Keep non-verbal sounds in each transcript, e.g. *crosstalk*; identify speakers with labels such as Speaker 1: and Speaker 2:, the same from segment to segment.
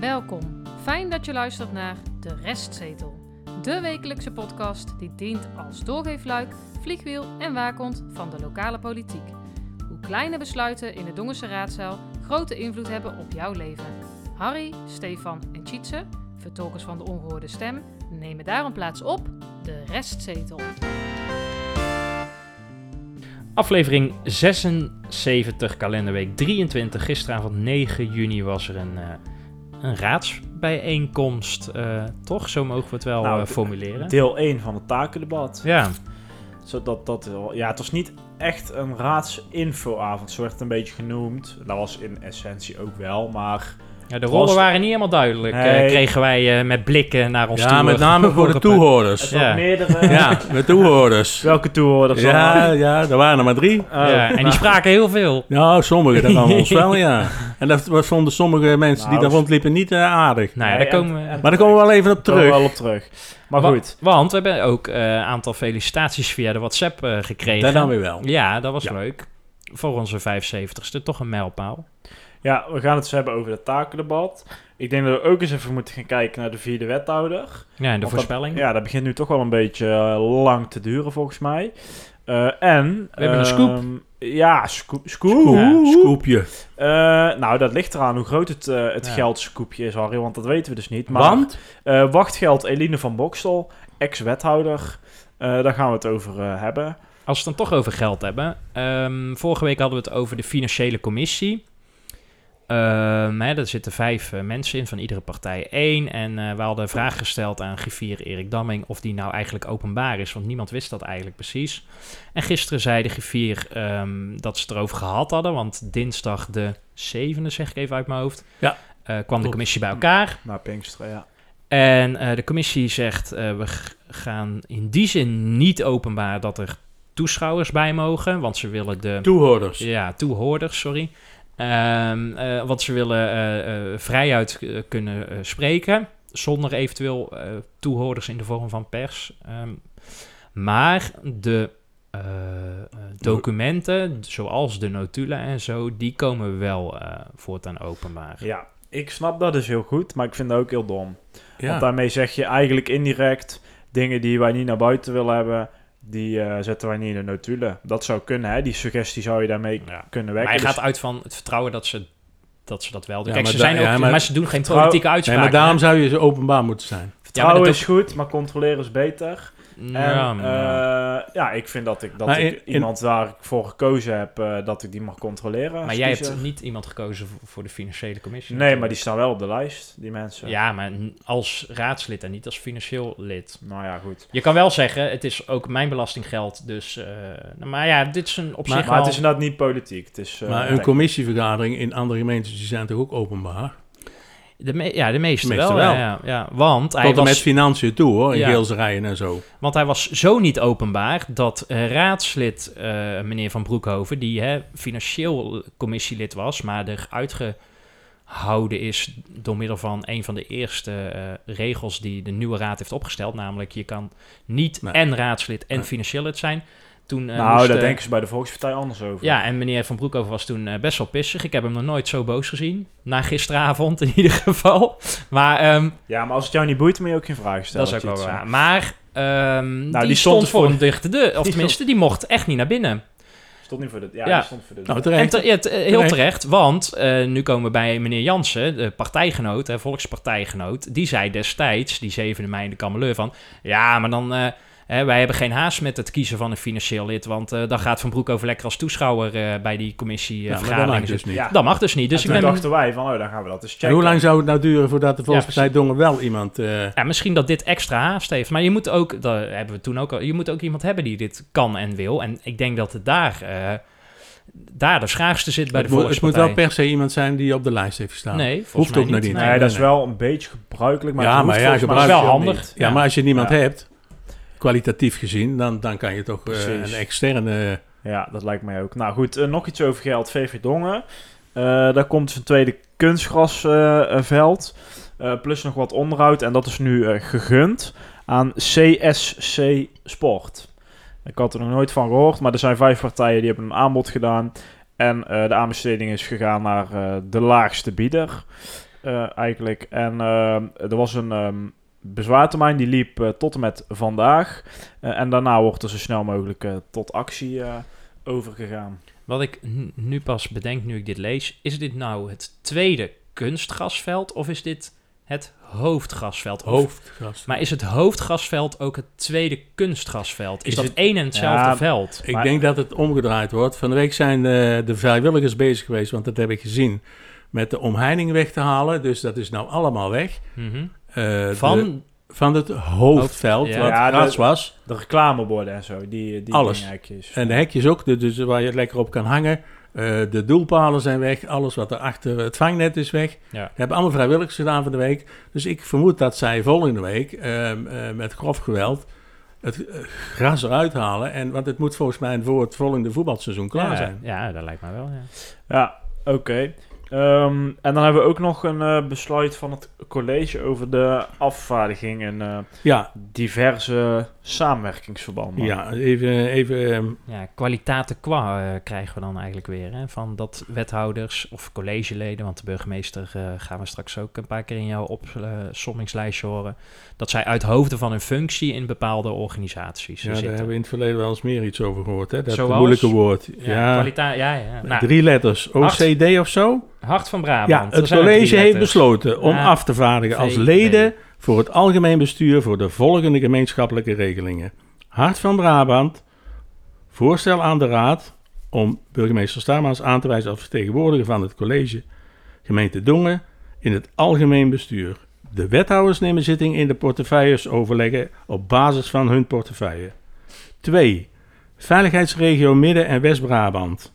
Speaker 1: Welkom. Fijn dat je luistert naar De Restzetel. De wekelijkse podcast die dient als doorgeefluik, vliegwiel en waakhond van de lokale politiek. Hoe kleine besluiten in de Dongense raadzaal grote invloed hebben op jouw leven. Harry, Stefan en Tjitse, vertolkers van de ongehoorde stem, nemen daarom plaats op De Restzetel.
Speaker 2: Aflevering 76, kalenderweek 23. Gisteravond 9 juni was er een, eh, een raadsbijeenkomst. eh, toch? Zo mogen we het wel
Speaker 3: Nou,
Speaker 2: eh,
Speaker 3: d-
Speaker 2: formuleren.
Speaker 3: Deel 1 van het takendebat.
Speaker 2: Ja,
Speaker 3: Zodat dat, wel- ja, het was niet echt een raadsinfoavond, zo werd het een beetje genoemd. Dat was in essentie ook wel, maar...
Speaker 2: ja, de rollen
Speaker 3: Was-
Speaker 2: waren niet helemaal duidelijk. eh,
Speaker 3: Nee.
Speaker 2: kregen wij eh, met blikken naar ons toe.
Speaker 4: Ja, met name voor de toehoorders.
Speaker 2: Dus Ja.
Speaker 3: *laughs* Ja. Meerdere...
Speaker 4: Ja, de
Speaker 3: *laughs*
Speaker 4: toehoorders.
Speaker 3: Welke toehoorders
Speaker 4: Ja,
Speaker 3: allemaal?
Speaker 4: ja, er waren er maar drie.
Speaker 3: Oh.
Speaker 2: *laughs* Ja,
Speaker 3: *laughs*
Speaker 2: en die spraken heel veel.
Speaker 4: Ja, sommigen daarvan ons wel, ja. En dat was- vonden sommige mensen die
Speaker 3: Nou,
Speaker 4: daar
Speaker 3: dat-
Speaker 4: rondliepen niet eh, aardig.
Speaker 2: Nou ja,
Speaker 3: Nee,
Speaker 2: daar
Speaker 3: en-
Speaker 2: komen we...
Speaker 3: en-
Speaker 4: Maar daar komen we wel even op
Speaker 3: Daar komen we
Speaker 4: terug.
Speaker 3: wel op terug. Maar
Speaker 2: Wa-
Speaker 3: goed.
Speaker 2: Want we hebben ook eh, een aantal felicitaties via de WhatsApp eh, gekregen.
Speaker 4: Daar dan weer wel.
Speaker 2: Ja, dat was
Speaker 4: Ja.
Speaker 2: leuk. Voor onze 75ste, toch een mijlpaal.
Speaker 3: Ja, we gaan het eens hebben over het takendebat. Ik denk dat we ook eens even moeten gaan kijken naar de vierde wethouder.
Speaker 2: Ja, en de
Speaker 3: Want dat-
Speaker 2: voorspelling.
Speaker 3: Ja, dat begint nu toch wel een beetje eh, lang te duren volgens mij. Eh, en...
Speaker 2: We hebben een scoop.
Speaker 3: ehm, Ja, scoop. Scoop.
Speaker 4: Ja, scoopje.
Speaker 3: Eh, nou, dat ligt eraan hoe groot het, eh het
Speaker 2: Ja.
Speaker 3: geldskoepje is, Harry, want dat weten we dus niet. Maar,
Speaker 4: Want?
Speaker 3: eh, wachtgeld Eline van Boksel, ex-wethouder, Eh, daar gaan we het over eh, hebben.
Speaker 2: Als we het dan toch over geld hebben. ehm, vorige week hadden we het over de financiële commissie. Ehm hè, daar zitten vijf eh, mensen in, van iedere partij één. En eh, we hadden een vraag gesteld aan griffier Erik Damming... of die nou eigenlijk openbaar is, want niemand wist dat eigenlijk precies. En gisteren zei de griffier ehm, dat ze het erover gehad hadden... want dinsdag de zevende, zeg ik even uit mijn hoofd...
Speaker 4: Ja.
Speaker 2: eh, kwam de
Speaker 4: Klopt.
Speaker 2: commissie bij elkaar.
Speaker 3: Naar Pinksteren, ja.
Speaker 2: En eh, de commissie zegt, eh, we g- gaan in die zin niet openbaar dat er toeschouwers bij mogen, want ze willen de...
Speaker 4: Toehoorders.
Speaker 2: Ja, toehoorders, sorry. Ehm, eh, want ze willen eh, eh, vrijuit eh, kunnen eh, spreken, zonder eventueel eh, toehoorders in de vorm van pers. Ehm, maar de eh, eh, documenten, zoals de notulen en zo, die komen wel eh, voortaan openbaar.
Speaker 3: Ja, ik snap dat dus heel goed, maar ik vind dat ook heel dom. Want
Speaker 4: Ja.
Speaker 3: daarmee zeg je eigenlijk indirect, dingen die wij niet naar buiten willen hebben, die eh, zetten wij niet in de notulen. Dat zou kunnen, hè? Die suggestie zou je daarmee
Speaker 2: Ja.
Speaker 3: kunnen
Speaker 2: Maar
Speaker 3: wekken.
Speaker 2: hij
Speaker 3: Dus-
Speaker 2: gaat uit van het vertrouwen dat ze dat, ze dat wel doen.
Speaker 4: Ja,
Speaker 2: Kijk, ze
Speaker 4: maar da-
Speaker 2: zijn ook,
Speaker 4: ja,
Speaker 2: maar,
Speaker 4: maar-
Speaker 2: ze doen geen
Speaker 3: Trouw-
Speaker 2: politieke
Speaker 4: Nee,
Speaker 2: uitspraken.
Speaker 4: maar daarom zou je zo openbaar moeten zijn.
Speaker 3: Vertrouwen
Speaker 2: dat
Speaker 3: is goed, maar controleren is beter.
Speaker 2: Ja, nou.
Speaker 3: En,
Speaker 2: maar-
Speaker 3: eh, ja, ik vind dat ik, dat
Speaker 4: Maar
Speaker 3: ik
Speaker 4: in- in-
Speaker 3: iemand waar ik voor gekozen heb, eh, dat ik die mag controleren.
Speaker 4: eh,
Speaker 2: maar
Speaker 3: als
Speaker 2: jij
Speaker 3: kiezer.
Speaker 2: hebt niet iemand gekozen voor, voor de financiële commissie.
Speaker 3: Nee, maar die staan wel op de lijst, die mensen.
Speaker 2: Ja, maar n- als raadslid en niet als financieel lid.
Speaker 3: Nou ja, goed.
Speaker 2: Je kan wel zeggen, het is ook mijn belastinggeld, dus... eh, maar ja, dit is een op
Speaker 4: Maar-
Speaker 2: zich
Speaker 3: Maar
Speaker 2: wel...
Speaker 3: het is inderdaad niet politiek. Het is, eh,
Speaker 4: Maar een
Speaker 3: nee.
Speaker 4: commissievergadering in andere gemeentes, die zijn toch ook openbaar?
Speaker 2: de me- ja, de meeste,
Speaker 4: De meeste
Speaker 2: wel.
Speaker 4: wel.
Speaker 2: Ja, ja, ja. Want, hij
Speaker 4: Tot en met
Speaker 2: was,
Speaker 4: financiën toe, hoor. In
Speaker 2: Ja.
Speaker 4: geelserijen en zo. Nou,
Speaker 2: want hij was zo niet openbaar dat eh, raadslid eh, meneer Van Broekhoven... die hè, financieel commissielid was, maar er uitge... houden is door middel van een van de eerste eh, regels die de nieuwe raad heeft opgesteld. Namelijk, je kan niet
Speaker 4: Nee.
Speaker 2: en raadslid en
Speaker 4: Nee.
Speaker 2: financieel lid zijn. Toen, eh,
Speaker 3: nou,
Speaker 2: moest,
Speaker 3: daar
Speaker 2: eh,
Speaker 3: denken ze bij de Volkspartij anders over.
Speaker 2: Ja, en meneer Van Broekhoven was toen eh, best wel pissig. Ik heb hem nog nooit zo boos gezien. Na gisteravond in ieder geval. Maar ehm,
Speaker 3: Ja, maar als het jou niet boeit, moet je ook geen vragen stellen.
Speaker 2: dat is ook wel
Speaker 3: Tjitse.
Speaker 2: waar. Maar ehm, die,
Speaker 3: die stond
Speaker 2: stond
Speaker 3: dus
Speaker 2: voor
Speaker 3: voor-
Speaker 2: een dichte deur. Of
Speaker 3: Die
Speaker 2: tenminste, die mocht echt niet naar binnen.
Speaker 3: Stond niet voor de... Ja,
Speaker 2: Ja.
Speaker 3: die stond voor de...
Speaker 4: Nou,
Speaker 2: En
Speaker 4: terecht.
Speaker 2: te- ja, te- heel
Speaker 4: Terecht.
Speaker 2: terecht, want eh, nu komen we bij meneer Jansen, de partijgenoot, hè, volkspartijgenoot. Die zei destijds, die zevende mei in de Kameleur, van... Ja, maar dan... eh, hè, wij hebben geen haast met het kiezen van een financieel lid... want eh, dan gaat Van Broek over lekker als toeschouwer eh, bij die
Speaker 4: Ja, maar dat
Speaker 2: commissievergadering.
Speaker 4: maakt dus niet.
Speaker 3: ja.
Speaker 2: dat mag dus niet. Dus ik
Speaker 3: toen
Speaker 2: ben,
Speaker 3: dachten wij van, oh, dan gaan we dat eens checken.
Speaker 4: En hoe lang zou het nou duren voordat de
Speaker 2: Ja,
Speaker 4: Volkspartij Dongen wel iemand... eh,
Speaker 2: ja, misschien dat dit extra haast heeft. Maar je moet ook, dat hebben we toen ook al... je moet ook iemand hebben die dit kan en wil. En ik denk dat het daar, eh, daar de schaarste zit bij
Speaker 4: het,
Speaker 2: de
Speaker 4: moet, het moet
Speaker 2: volkspartij.
Speaker 4: wel per se iemand zijn die op de lijst heeft gestaan.
Speaker 2: Nee, volgens
Speaker 4: Hoeft
Speaker 2: mij
Speaker 4: ook nog niet.
Speaker 3: Nee,
Speaker 2: Nee,
Speaker 3: dat is
Speaker 4: nee.
Speaker 3: wel een beetje gebruikelijk, maar
Speaker 4: Ja,
Speaker 3: het hoeft
Speaker 4: maar ja,
Speaker 3: volgens mij
Speaker 2: gebruikelijk-
Speaker 3: wel
Speaker 2: Wel
Speaker 3: niet.
Speaker 2: handig.
Speaker 4: Ja,
Speaker 3: Ja.
Speaker 4: maar als je niemand
Speaker 3: Ja.
Speaker 4: hebt, kwalitatief gezien, dan, dan kan je toch eh,
Speaker 3: Precies.
Speaker 4: een externe...
Speaker 3: Ja, dat lijkt mij ook. Nou goed, eh, nog iets over geld. VV Dongen. Eh, daar komt zijn tweede kunstgrasveld. Eh, plus nog wat onderhoud. En dat is nu eh, gegund aan CSC Sport. Ik had er nog nooit van gehoord, maar er zijn vijf partijen die hebben een aanbod gedaan. En eh, de aanbesteding is gegaan naar eh, de laagste bieder. Eh, eh, eigenlijk. En eh, er was een ehm, bezwaartermijn, die liep eh, tot en met vandaag. Eh, en daarna wordt er zo snel mogelijk eh, tot actie eh, overgegaan.
Speaker 2: Wat ik n- nu pas bedenk, nu ik dit lees, is dit nou het tweede kunstgrasveld of is dit het hoofdgrasveld? Of-
Speaker 4: Hoofdgras.
Speaker 2: Maar is het hoofdgrasveld ook het tweede kunstgrasveld? Is,
Speaker 4: Is
Speaker 2: dat
Speaker 4: het-
Speaker 2: één en hetzelfde
Speaker 3: Ja,
Speaker 2: veld?
Speaker 4: Ik
Speaker 3: Maar-
Speaker 4: denk dat het omgedraaid wordt. Van de week zijn eh, de vrijwilligers bezig geweest, want dat heb ik gezien, met de omheining weg te halen. Dus dat is nou allemaal weg.
Speaker 2: Mhm.
Speaker 4: Eh, de-
Speaker 2: Van,
Speaker 4: van het hoofdveld,
Speaker 2: Ja.
Speaker 4: wat
Speaker 3: Ja,
Speaker 4: gras
Speaker 3: de-
Speaker 4: was.
Speaker 3: De reclameborden en zo, die, die
Speaker 4: Alles.
Speaker 3: dinghekjes.
Speaker 4: En de hekjes ook, de- dus waar je lekker op kan hangen. Eh, de doelpalen zijn weg, alles wat er achter het vangnet is weg.
Speaker 2: Ja.
Speaker 4: Dat hebben allemaal vrijwilligers gedaan van de week. Dus ik vermoed dat zij volgende week ehm, eh, met grof geweld het eh, gras eruit halen. En, want het moet volgens mij voor het volgende voetbalseizoen klaar
Speaker 2: ja,
Speaker 4: zijn.
Speaker 2: Ja, dat lijkt mij wel. Ja.
Speaker 3: Ja, oké. Ehm, en dan hebben we ook nog een eh, besluit van het college over de afvaardiging en eh,
Speaker 4: Ja,
Speaker 3: diverse samenwerkingsverbanden.
Speaker 4: ja even, even ehm,
Speaker 2: Ja, kwaliteiten qua eh, krijgen we dan eigenlijk weer. Hè? Van dat wethouders of collegeleden, want de burgemeester eh, gaan we straks ook een paar keer in jouw opsommingslijstje horen. Dat zij uit hoofden van hun functie in bepaalde organisaties
Speaker 4: Ja, daar
Speaker 2: zitten.
Speaker 4: hebben we in het verleden wel eens meer iets over gehoord. Hè? Dat
Speaker 2: Zoals?
Speaker 4: moeilijke woord.
Speaker 2: Ja,
Speaker 4: Ja,
Speaker 2: kwalita- ja, ja. Nou,
Speaker 4: drie letters. OCD of zo?
Speaker 2: Hart van Brabant.
Speaker 4: Ja,
Speaker 2: Er
Speaker 4: het
Speaker 2: zijn er drie
Speaker 4: college heeft
Speaker 2: letters.
Speaker 4: besloten om
Speaker 2: Ja.
Speaker 4: af te vaardigen als
Speaker 2: VVD.
Speaker 4: leden voor het algemeen bestuur voor de volgende gemeenschappelijke regelingen. Hart van Brabant, voorstel aan de raad om burgemeester Staarmans aan te wijzen als vertegenwoordiger van het college gemeente Dongen in het algemeen bestuur. De wethouders nemen zitting in de portefeuilles overleggen op basis van hun portefeuille. 2. Veiligheidsregio Midden- en West-Brabant.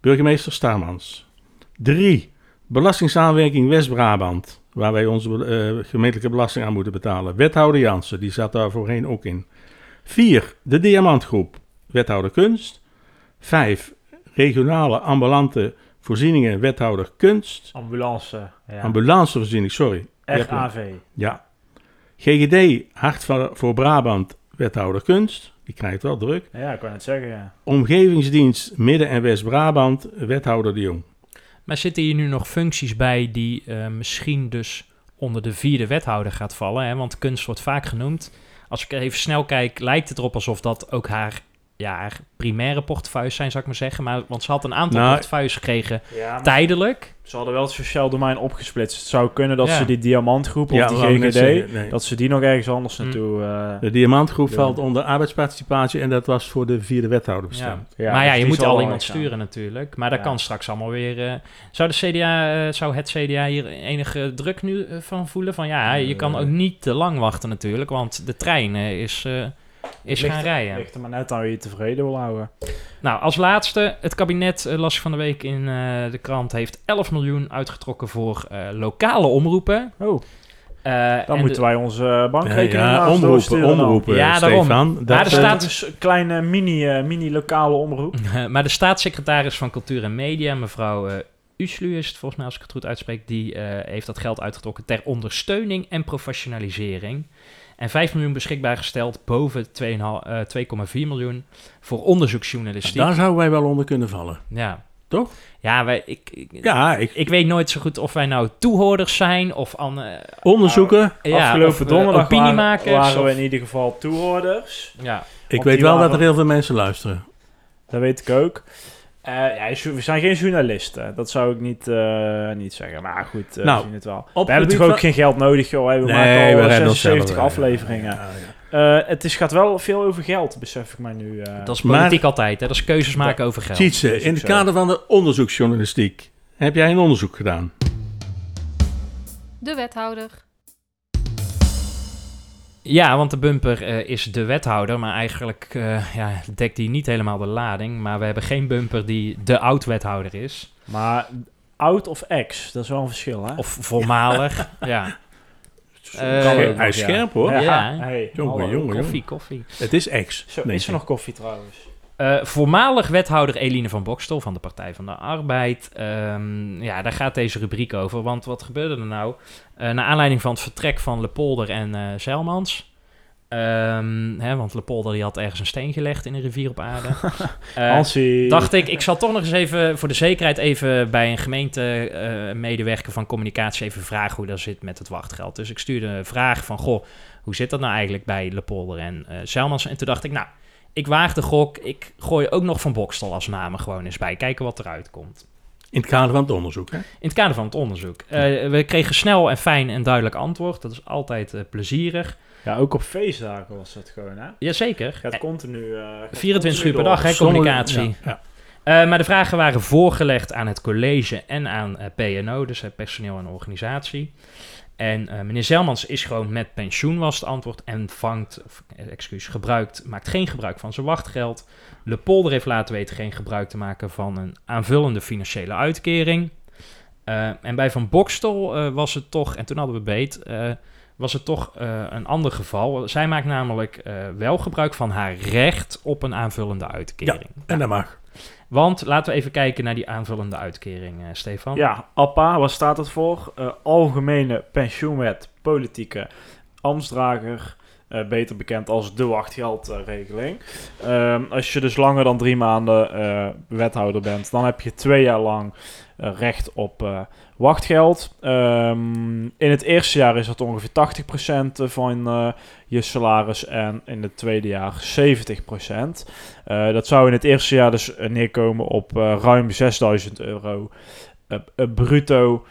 Speaker 4: Burgemeester Staarmans. 3. Belastingssamenwerking West-Brabant, waar wij onze eh, gemeentelijke belasting aan moeten betalen. Wethouder Jansen, die zat daar voorheen ook in. 4. De Diamantgroep, wethouder kunst. 5. Regionale ambulante voorzieningen, wethouder kunst.
Speaker 3: Ambulance. Ja.
Speaker 4: Ambulancevoorziening, sorry.
Speaker 3: RAV.
Speaker 4: Ja. GGD, Hart van- voor Brabant, wethouder kunst. Die krijgt wel druk.
Speaker 3: Ja, ik kan het zeggen, ja.
Speaker 4: Omgevingsdienst Midden- en West-Brabant, wethouder de Jong.
Speaker 2: Maar zitten hier nu nog functies bij die eh, misschien dus onder de vierde wethouder gaat vallen? Hè? Want kunst wordt vaak genoemd. Als ik even snel kijk, lijkt het erop alsof dat ook haar, ja, haar primaire portefeuilles zijn, zou ik maar zeggen. Maar, want ze had een aantal
Speaker 4: Nou,
Speaker 2: portefeuilles gekregen
Speaker 3: ja maar
Speaker 2: tijdelijk.
Speaker 3: ze hadden wel het sociaal domein opgesplitst. Het zou kunnen dat
Speaker 2: Ja.
Speaker 3: ze die diamantgroep of
Speaker 4: wou ik
Speaker 3: die
Speaker 4: net
Speaker 3: GGD,
Speaker 4: zeggen, nee.
Speaker 3: dat ze die nog ergens anders
Speaker 2: Hm.
Speaker 3: naartoe... eh,
Speaker 4: De diamantgroep
Speaker 3: Ja.
Speaker 4: valt onder arbeidsparticipatie en dat was voor de vierde wethouder bestemd.
Speaker 3: ja,
Speaker 2: maar ja,
Speaker 3: dus
Speaker 2: je
Speaker 3: die
Speaker 2: moet
Speaker 3: zal
Speaker 2: al
Speaker 3: wel
Speaker 2: iemand
Speaker 3: gaan.
Speaker 2: sturen natuurlijk. Maar dat
Speaker 3: Ja.
Speaker 2: kan straks allemaal weer... eh, zou, de CDA, eh, zou het CDA hier enige druk nu eh, van voelen? Van ja, je kan
Speaker 4: Eh.
Speaker 2: ook niet te lang wachten natuurlijk. Want de trein eh, is, eh, is
Speaker 3: Ligt-
Speaker 2: gaan rijden.
Speaker 3: Ligt er maar net aan wie je tevreden wil houden.
Speaker 2: Nou, als laatste, het kabinet, eh, las ik van de week in eh, de krant, heeft 11 miljoen uitgetrokken voor eh, lokale omroepen.
Speaker 3: Oh,
Speaker 2: Eh,
Speaker 3: dan
Speaker 2: en
Speaker 3: moeten
Speaker 2: de-
Speaker 3: wij onze eh, bankrekening
Speaker 4: Ja,
Speaker 3: maar eens
Speaker 4: omroepen,
Speaker 3: doorsturen dan.
Speaker 4: omroepen,
Speaker 2: Ja, daarom.
Speaker 4: Stefan.
Speaker 2: Maar er
Speaker 4: eh,
Speaker 2: staat-
Speaker 3: Dat is een kleine mini, eh, mini lokale omroep.
Speaker 2: maar de *laughs* staatssecretaris van Cultuur en Media, mevrouw eh Uslu is het volgens mij, als ik het goed uitspreek, die eh, heeft dat geld uitgetrokken ter ondersteuning en professionalisering. En 5 miljoen beschikbaar gesteld boven 2,5 eh, 2,4 miljoen voor onderzoeksjournalistiek.
Speaker 4: daar zouden wij wel onder kunnen vallen.
Speaker 2: Ja.
Speaker 4: Toch?
Speaker 2: Ja, wij, ik, ik,
Speaker 4: Ja, ik,
Speaker 2: ik weet nooit zo goed of wij nou toehoorders zijn of an, eh,
Speaker 4: onderzoeken.
Speaker 2: Ja,
Speaker 3: Afgelopen
Speaker 2: of, eh,
Speaker 3: donderdag
Speaker 2: opiniemakers
Speaker 3: waren, waren we
Speaker 2: of-
Speaker 3: in ieder geval toehoorders.
Speaker 2: Ja,
Speaker 4: Ik
Speaker 3: Want
Speaker 4: weet
Speaker 3: die
Speaker 4: wel
Speaker 3: waren-
Speaker 4: dat er heel veel mensen luisteren.
Speaker 3: Dat weet ik ook. Eh, ja, we zijn geen journalisten. Dat zou ik niet, eh, niet zeggen. Maar goed, eh,
Speaker 4: Nou,
Speaker 3: we zien het wel.
Speaker 4: Op
Speaker 3: We hebben
Speaker 4: gebied
Speaker 3: toch ook
Speaker 4: van-
Speaker 3: geen geld nodig, joh. hè? We
Speaker 4: Nee,
Speaker 3: maken al
Speaker 4: we redden
Speaker 3: 76
Speaker 4: onszelf wel.
Speaker 3: afleveringen.
Speaker 4: Ja, ja.
Speaker 3: Eh, het is, gaat wel veel over geld, besef ik mij nu. eh.
Speaker 2: dat is
Speaker 4: maar-
Speaker 2: politiek altijd. Hè? Dat is keuzes maken over geld.
Speaker 4: Sietse,
Speaker 3: is ook
Speaker 4: in het
Speaker 3: zo.
Speaker 4: kader van de onderzoeksjournalistiek heb jij een onderzoek gedaan.
Speaker 1: De wethouder.
Speaker 2: Ja, want de bumper eh, is de wethouder, maar eigenlijk eh, ja, dekt die niet helemaal de lading. Maar we hebben geen bumper die de oud-wethouder is.
Speaker 3: Maar oud of ex, dat is wel een verschil, hè?
Speaker 2: Of voormalig.
Speaker 3: *laughs*
Speaker 2: ja, Eh,
Speaker 3: Kan ook
Speaker 4: hij
Speaker 3: nog,
Speaker 4: is scherp, hoor.
Speaker 2: Ja.
Speaker 3: Hey,
Speaker 4: Jongen,
Speaker 3: hallo.
Speaker 4: jongen.
Speaker 2: koffie, koffie.
Speaker 4: Het is ex.
Speaker 3: Zo,
Speaker 4: denk
Speaker 3: is er
Speaker 4: ik.
Speaker 3: nog koffie trouwens?
Speaker 2: Eh, voormalig wethouder Eline van Bokstel van de Partij van de Arbeid. Ehm, ja, daar gaat deze rubriek over. Want wat gebeurde er nou? Eh naar aanleiding van het vertrek van Lepolder en eh Zeilmans... Ehm, hè, want Lepolder die had ergens een steen gelegd in een rivier op aarde. Eh,
Speaker 3: Hansie.
Speaker 2: dacht ik, ik zal toch nog eens even voor de zekerheid even bij een gemeente eh, medewerker van communicatie even vragen hoe dat zit met het wachtgeld. Dus ik stuurde een vraag van, goh, hoe zit dat nou eigenlijk bij Lepolder en eh Zelmans? En toen dacht ik, nou, ik waag de gok, ik gooi ook nog Van Bokstel als namen gewoon eens bij, kijken wat eruit komt.
Speaker 4: In het kader van het onderzoek, hè?
Speaker 2: In het kader van het onderzoek. Eh, we kregen snel en fijn en duidelijk antwoord, dat is altijd eh, plezierig.
Speaker 3: Ja, ook op feestdagen was dat gewoon, hè?
Speaker 2: Jazeker.
Speaker 3: Gaat continu... eh, gaat
Speaker 2: 24 uur per
Speaker 3: continu
Speaker 2: dag,
Speaker 3: door.
Speaker 2: hè,
Speaker 4: Sommige-
Speaker 2: communicatie.
Speaker 4: ja, ja.
Speaker 2: Eh, maar de vragen waren voorgelegd aan het college en aan eh, PNO, dus eh, personeel en organisatie. En eh, meneer Zelmans is gewoon met pensioen, was het antwoord. En vangt, of eh, excuus, gebruikt, maakt geen gebruik van zijn wachtgeld. Le Polder heeft laten weten geen gebruik te maken van een aanvullende financiële uitkering. Eh, en bij Van Bokstel eh, was het toch, en toen hadden we beet, eh, was het toch eh, een ander geval. Zij maakt namelijk eh, wel gebruik van haar recht op een aanvullende uitkering.
Speaker 4: En dat mag.
Speaker 2: Want laten we even kijken naar die aanvullende uitkering, eh, Stefan.
Speaker 3: Ja, APPA, waar staat het voor? Eh, Algemene Pensioenwet Politieke Amstdrager. eh, beter bekend als de wachtgeldregeling. Ehm, als je dus langer dan drie maanden eh, wethouder bent, dan heb je twee jaar lang eh, recht op eh, wachtgeld. Ehm, in het eerste jaar is dat ongeveer 80% van eh, je salaris en in het tweede jaar 70%. Eh, dat zou in het eerste jaar dus eh, neerkomen op eh, ruim 6000 euro eh, eh, bruto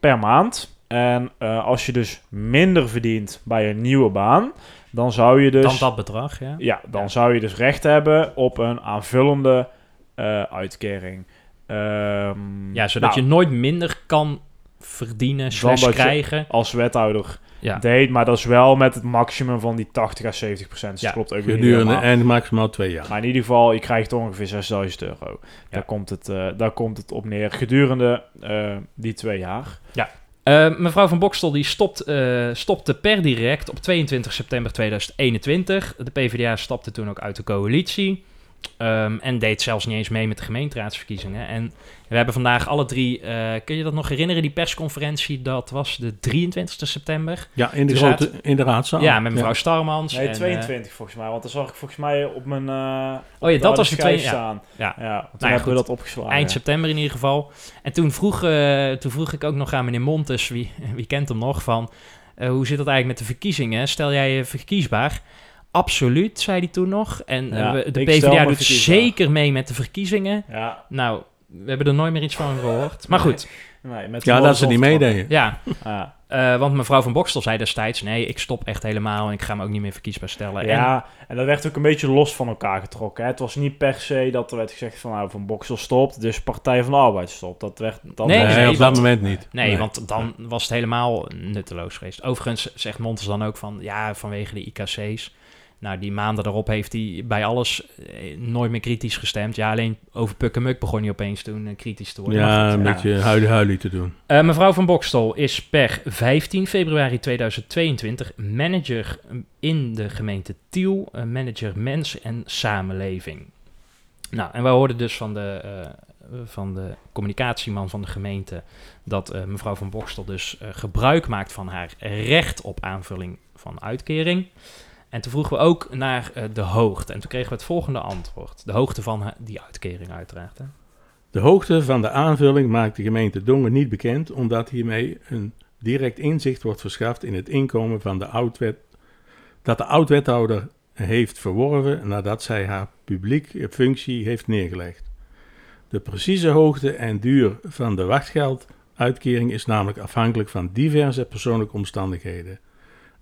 Speaker 3: per maand. En eh, als je dus minder verdient bij een nieuwe baan, dan zou je dus...
Speaker 2: Dan dat bedrag, ja.
Speaker 3: Ja, dan
Speaker 2: Ja.
Speaker 3: zou je dus recht hebben op een aanvullende eh, uitkering. Ehm,
Speaker 2: Ja, zodat
Speaker 3: nou,
Speaker 2: je nooit minder kan verdienen, slash
Speaker 3: dat je-
Speaker 2: krijgen.
Speaker 3: als wethouder
Speaker 2: Ja.
Speaker 3: deed, maar dat is wel met het maximum van die 80 à 70 procent. Dus
Speaker 2: Ja,
Speaker 3: dat klopt ook weer niet
Speaker 4: Gedurende
Speaker 3: helemaal.
Speaker 4: en maximaal twee jaar.
Speaker 3: Maar in ieder geval, je krijgt ongeveer 6000 euro.
Speaker 2: Ja.
Speaker 3: Daar, komt het, eh, daar komt het op neer gedurende eh, die twee jaar.
Speaker 2: Eh, mevrouw van Bokstel die stopt, eh, stopte per direct op 22 september 2021. De PvdA stapte toen ook uit de coalitie. ehm, en deed zelfs niet eens mee met de gemeenteraadsverkiezingen. En we hebben vandaag alle drie... eh, kun je dat nog herinneren, die persconferentie? Dat was de 23 september.
Speaker 4: Ja, in de,
Speaker 2: Dus
Speaker 4: grote, in de raadzaal.
Speaker 2: Ja, met mevrouw Starmans.
Speaker 3: Nee,
Speaker 2: en, eh,
Speaker 3: 22 volgens mij, want dan zag ik volgens mij op mijn... eh,
Speaker 2: oh ja,
Speaker 3: daar
Speaker 2: dat was de
Speaker 3: schijf
Speaker 2: twee... ja,
Speaker 3: staan.
Speaker 2: ja. Nou
Speaker 3: Ja, want toen
Speaker 2: ja,
Speaker 3: hebben we
Speaker 2: goed.
Speaker 3: dat opgeslagen.
Speaker 2: Eind september in ieder geval. En toen vroeg, eh, toen vroeg ik ook nog aan meneer Montes, wie, *laughs* wie kent hem nog, van eh, hoe zit dat eigenlijk met de verkiezingen? Stel jij je verkiesbaar? Absoluut, zei hij toen nog. En eh,
Speaker 3: Ja,
Speaker 2: we- de
Speaker 3: ik stel
Speaker 2: PvdA
Speaker 3: me
Speaker 2: doet
Speaker 3: verkiesbaar.
Speaker 2: zeker mee met de verkiezingen.
Speaker 3: Ja,
Speaker 2: Nou, we hebben er nooit meer iets van gehoord. Maar goed,
Speaker 3: nee, met
Speaker 4: Ja,
Speaker 3: de
Speaker 4: dat ze niet
Speaker 3: horizon-
Speaker 4: meededen.
Speaker 2: ja.
Speaker 3: Ja.
Speaker 2: eh, want mevrouw van Bokstel zei destijds, nee, ik stop echt helemaal en ik ga me ook niet meer verkiesbaar stellen. En
Speaker 3: Ja, en dat werd ook een beetje los van elkaar getrokken. Hè. Het was niet per se dat er werd gezegd van nou, Van Boksel stopt, dus Partij van de Arbeid stopt. Dat werd dan...
Speaker 2: Nee,
Speaker 4: Nee,
Speaker 2: nee,
Speaker 4: op dat
Speaker 2: want-
Speaker 4: moment niet.
Speaker 2: Nee, want dan was het helemaal nutteloos geweest. Overigens zegt Montes dan ook van, ja, vanwege de IKC's. Nou, die maanden daarop heeft hij bij alles eh, nooit meer kritisch gestemd. Ja, alleen over Puk en Muk begon hij opeens toen eh, kritisch te worden. Maar
Speaker 4: Ja,
Speaker 2: goed,
Speaker 4: een
Speaker 2: ja.
Speaker 4: beetje huilie-huilie te doen.
Speaker 2: Eh, mevrouw van Bokstel is per 15 februari 2022 manager in de gemeente Tiel, eh, manager mens en samenleving. Nou, en wij hoorden dus van de, eh, van de communicatieman van de gemeente dat eh, mevrouw van Bokstel dus eh, gebruik maakt van haar recht op aanvulling van uitkering. En toen vroegen we ook naar eh, de hoogte. En toen kregen we het volgende antwoord. De hoogte van eh, die uitkering uiteraard. Hè?
Speaker 4: De hoogte van de aanvulling maakt de gemeente Dongen niet bekend, omdat hiermee een direct inzicht wordt verschaft in het inkomen van de oudwet, dat de oud-wethouder heeft verworven nadat zij haar publieke functie heeft neergelegd. De precieze hoogte en duur van de wachtgelduitkering is namelijk afhankelijk van diverse persoonlijke omstandigheden.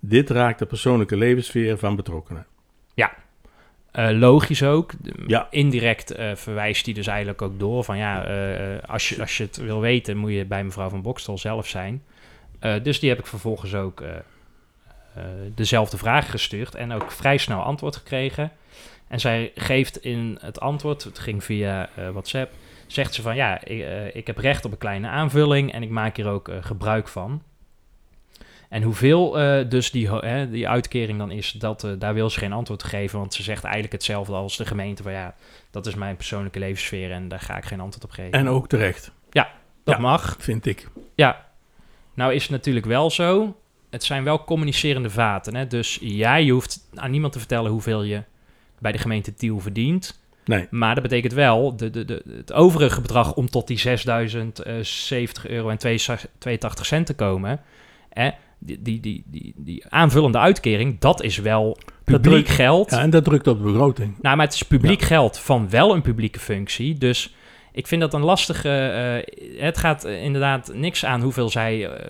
Speaker 4: Dit raakt de persoonlijke levenssfeer van betrokkenen.
Speaker 2: Eh, logisch ook. De-
Speaker 4: Ja.
Speaker 2: Indirect eh, verwijst hij dus eigenlijk ook door van ja, eh, als, je, als je het wil weten, moet je bij mevrouw van Bokstel zelf zijn. Eh, dus die heb ik vervolgens ook eh, eh, dezelfde vraag gestuurd en ook vrij snel antwoord gekregen. En zij geeft in het antwoord, het ging via eh, WhatsApp, zegt ze van ja, ik, eh, ik heb recht op een kleine aanvulling en ik maak hier ook eh, gebruik van. En hoeveel eh, dus die, ho- hè, die uitkering dan is, dat, eh, daar wil ze geen antwoord op geven. Want ze zegt eigenlijk hetzelfde als de gemeente. Van ja, dat is mijn persoonlijke levenssfeer en daar ga ik geen antwoord op geven.
Speaker 4: En ook terecht,
Speaker 2: dat
Speaker 4: ja.
Speaker 2: mag.
Speaker 4: vind ik.
Speaker 2: Nou is het natuurlijk wel zo. eh, het zijn wel communicerende vaten. Hè? Dus jij hoeft aan niemand te vertellen hoeveel je bij de gemeente Tiel verdient.
Speaker 4: Nee.
Speaker 2: Maar dat betekent wel, de, de, de, het overige bedrag om tot die 6.070 euro en 82 cent te komen... Hè? Die, die, die, die, die aanvullende uitkering, dat is wel publiek
Speaker 4: drukt-
Speaker 2: geld.
Speaker 4: Ja, en dat drukt op de begroting.
Speaker 2: Nou, maar het is publiek geld van wel een publieke functie. Dus ik vind dat een lastige. eh, het gaat eh, inderdaad niks aan hoeveel zij eh,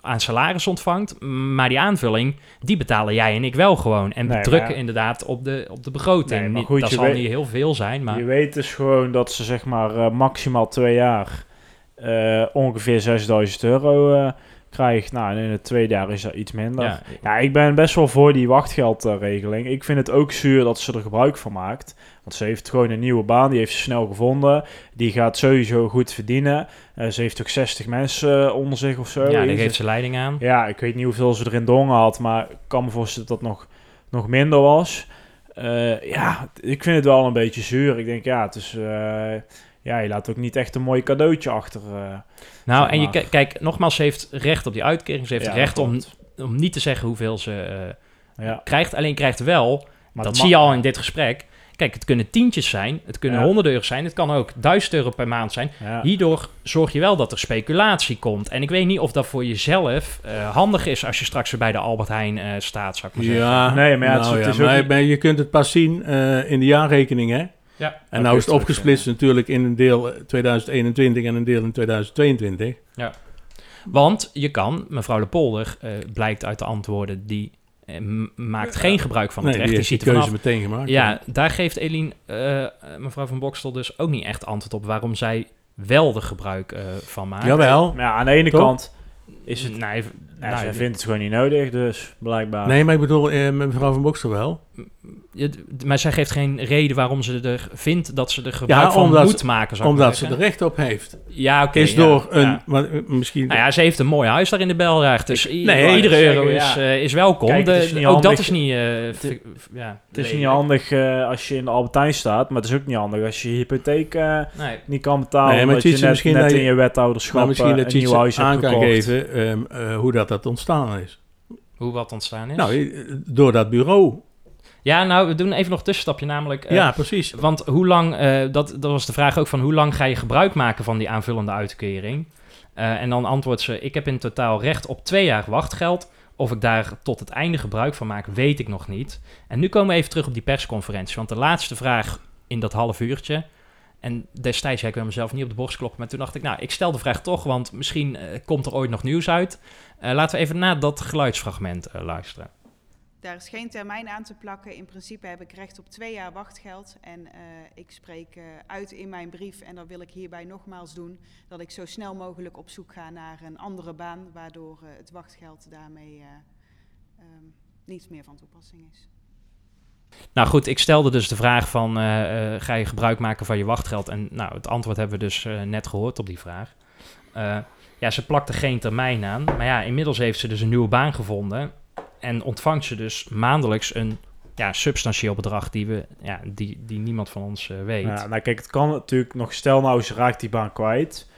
Speaker 2: aan salaris ontvangt. Maar die aanvulling, die betalen jij en ik wel gewoon. En
Speaker 3: Nee,
Speaker 2: bedrukken
Speaker 3: maar-
Speaker 2: inderdaad op de, op de begroting.
Speaker 3: Nee, maar
Speaker 2: Niet-
Speaker 3: goed,
Speaker 2: dat
Speaker 3: je
Speaker 2: zal
Speaker 3: weet-
Speaker 2: niet heel veel zijn, maar
Speaker 3: Je weet dus gewoon dat ze zeg maar eh, maximaal twee jaar eh, ongeveer 6000 euro eh, krijgt. Nou, en in het tweede jaar is dat iets minder.
Speaker 2: ja,
Speaker 3: Ja. ik ben best wel voor die wachtgeldregeling. Ik vind het ook zuur dat ze er gebruik van maakt. Want ze heeft gewoon een nieuwe baan, die heeft ze snel gevonden. Die gaat sowieso goed verdienen. Eh, ze heeft ook 60 mensen eh, onder zich of zo.
Speaker 2: ja, daar
Speaker 3: Jezus.
Speaker 2: geeft ze leiding aan.
Speaker 3: Ja, ik weet niet hoeveel ze erin dongen had, maar ik kan me voorstellen dat dat nog, nog minder was. Eh, ja, ik vind het wel een beetje zuur. Ik denk, ja, het is... eh, ja, je laat ook niet echt een mooi cadeautje achter. eh,
Speaker 2: Nou,
Speaker 3: zeg
Speaker 2: en je
Speaker 3: maar.
Speaker 2: ki- kijk, nogmaals, ze heeft recht op die uitkering. Ze heeft
Speaker 3: Ja,
Speaker 2: recht
Speaker 3: dat
Speaker 2: om,
Speaker 3: klopt.
Speaker 2: om niet te zeggen hoeveel ze eh,
Speaker 3: Ja,
Speaker 2: krijgt. Alleen krijgt wel
Speaker 3: maar
Speaker 2: dat
Speaker 3: het
Speaker 2: zie
Speaker 3: ma-
Speaker 2: je al in dit gesprek. Kijk, het kunnen tientjes zijn, het kunnen
Speaker 3: Ja.
Speaker 2: honderden euro's zijn, het kan ook duizend euro per maand zijn.
Speaker 3: Ja.
Speaker 2: Hierdoor zorg je wel dat er speculatie komt. En ik weet niet of dat voor jezelf eh, handig is als je straks weer bij de Albert Heijn eh, staat, zou ik maar zeggen.
Speaker 4: Nou Ja,
Speaker 3: Nee, maar ja, het is- het is ook
Speaker 4: maar,
Speaker 3: niet-
Speaker 4: maar je kunt het pas zien eh, in de jaarrekening, hè?
Speaker 2: Ja.
Speaker 4: En
Speaker 3: Dat
Speaker 4: nou is
Speaker 3: heeft
Speaker 4: het
Speaker 3: ook,
Speaker 4: opgesplitst natuurlijk in een deel eh, 2021 en een deel in 2022.
Speaker 2: Want je kan, mevrouw Lepolder eh blijkt uit de antwoorden, die eh, m- maakt geen gebruik van het
Speaker 4: nee,
Speaker 2: recht.
Speaker 4: die
Speaker 2: Die
Speaker 4: heeft die
Speaker 2: ziet er vanaf.
Speaker 4: keuze meteen gemaakt.
Speaker 2: Ja, daar geeft Eline, eh, mevrouw van Bokstel, dus ook niet echt antwoord op waarom zij wel er gebruik eh, van maakt.
Speaker 4: Jawel.
Speaker 3: Maar ja, aan de ene
Speaker 4: Toch?
Speaker 3: kant... Is het,
Speaker 2: Nee, v-
Speaker 3: ja,
Speaker 2: nou,
Speaker 3: zij vindt het gewoon niet nodig, dus blijkbaar.
Speaker 4: Nee, maar ik bedoel, eh, mevrouw van Bokstel wel.
Speaker 2: Ja, d- maar zij geeft geen reden waarom ze er vindt dat ze er gebruik van
Speaker 4: omdat
Speaker 2: moet
Speaker 4: ze-
Speaker 2: maken. zou ik maar
Speaker 4: Omdat ze er
Speaker 2: zeggen.
Speaker 4: recht op heeft.
Speaker 2: Ja, oké.
Speaker 4: is
Speaker 2: ja,
Speaker 4: door
Speaker 2: ja.
Speaker 4: een... want, eh, misschien...
Speaker 2: Nou ja, ze heeft een mooi huis daar in de Belraag. Dus i-
Speaker 4: nee,
Speaker 2: i- iedere
Speaker 3: ik wou
Speaker 2: euro
Speaker 3: zeggen,
Speaker 2: is,
Speaker 3: ja.
Speaker 2: eh, is welkom.
Speaker 3: Kijk, het
Speaker 2: De-
Speaker 3: is niet
Speaker 2: ook dat
Speaker 3: handig.
Speaker 2: is niet... eh,
Speaker 3: Het-
Speaker 2: fi- f- ja,
Speaker 3: Het is niet
Speaker 2: lelijk.
Speaker 3: handig eh, als je in de Albert Heijn staat, maar het is ook niet handig als je je hypotheek eh,
Speaker 2: Nee.
Speaker 3: niet kan betalen.
Speaker 4: Nee, maar
Speaker 3: omdat
Speaker 4: het
Speaker 3: je
Speaker 4: is
Speaker 3: net,
Speaker 4: misschien
Speaker 3: net
Speaker 4: dat je-
Speaker 3: in je wethouderschap
Speaker 4: maar misschien
Speaker 3: eh,
Speaker 4: dat
Speaker 3: een
Speaker 4: je
Speaker 3: nieuw huis
Speaker 4: iets
Speaker 3: hebt
Speaker 4: aan kan
Speaker 3: gekocht.
Speaker 4: geven ehm, eh, hoe dat, dat ontstaan is.
Speaker 2: Hoe wat ontstaan is.
Speaker 4: Nou, eh, door dat bureau.
Speaker 2: ja, nou, we doen even nog tussenstapje namelijk... eh,
Speaker 4: ja, precies.
Speaker 2: Want hoe lang, eh, dat, dat was de vraag ook van hoe lang ga je gebruik maken van die aanvullende uitkering? Eh, en dan antwoordt ze, ik heb in totaal recht op twee jaar wachtgeld. Of ik daar tot het einde gebruik van maak, weet ik nog niet. En nu komen we even terug op die persconferentie. Want de laatste vraag in dat half uurtje. En destijds, ja, ik wil mezelf niet op de borst kloppen. Maar toen dacht ik, nou, ik stel de vraag toch. Want misschien eh, komt er ooit nog nieuws uit. Eh, laten we even naar dat geluidsfragment eh, luisteren.
Speaker 5: Daar is geen termijn aan te plakken. In principe heb ik recht op twee jaar wachtgeld. En eh, ik spreek eh, uit in mijn brief, en dat wil ik hierbij nogmaals doen, dat ik zo snel mogelijk op zoek ga naar een andere baan, waardoor eh, het wachtgeld daarmee eh, ehm, niet meer van toepassing is.
Speaker 2: Nou goed, ik stelde dus de vraag van, eh, eh, ga je gebruik maken van je wachtgeld? En nou, het antwoord hebben we dus eh, net gehoord op die vraag. Eh, ja, ze plakte geen termijn aan. Maar ja, inmiddels heeft ze dus een nieuwe baan gevonden. En ontvangt ze dus maandelijks een ja, substantieel bedrag die, we, ja, die, die niemand van ons eh, weet.
Speaker 3: Ja, nou kijk, het kan natuurlijk nog, stel nou ze raakt die baan kwijt,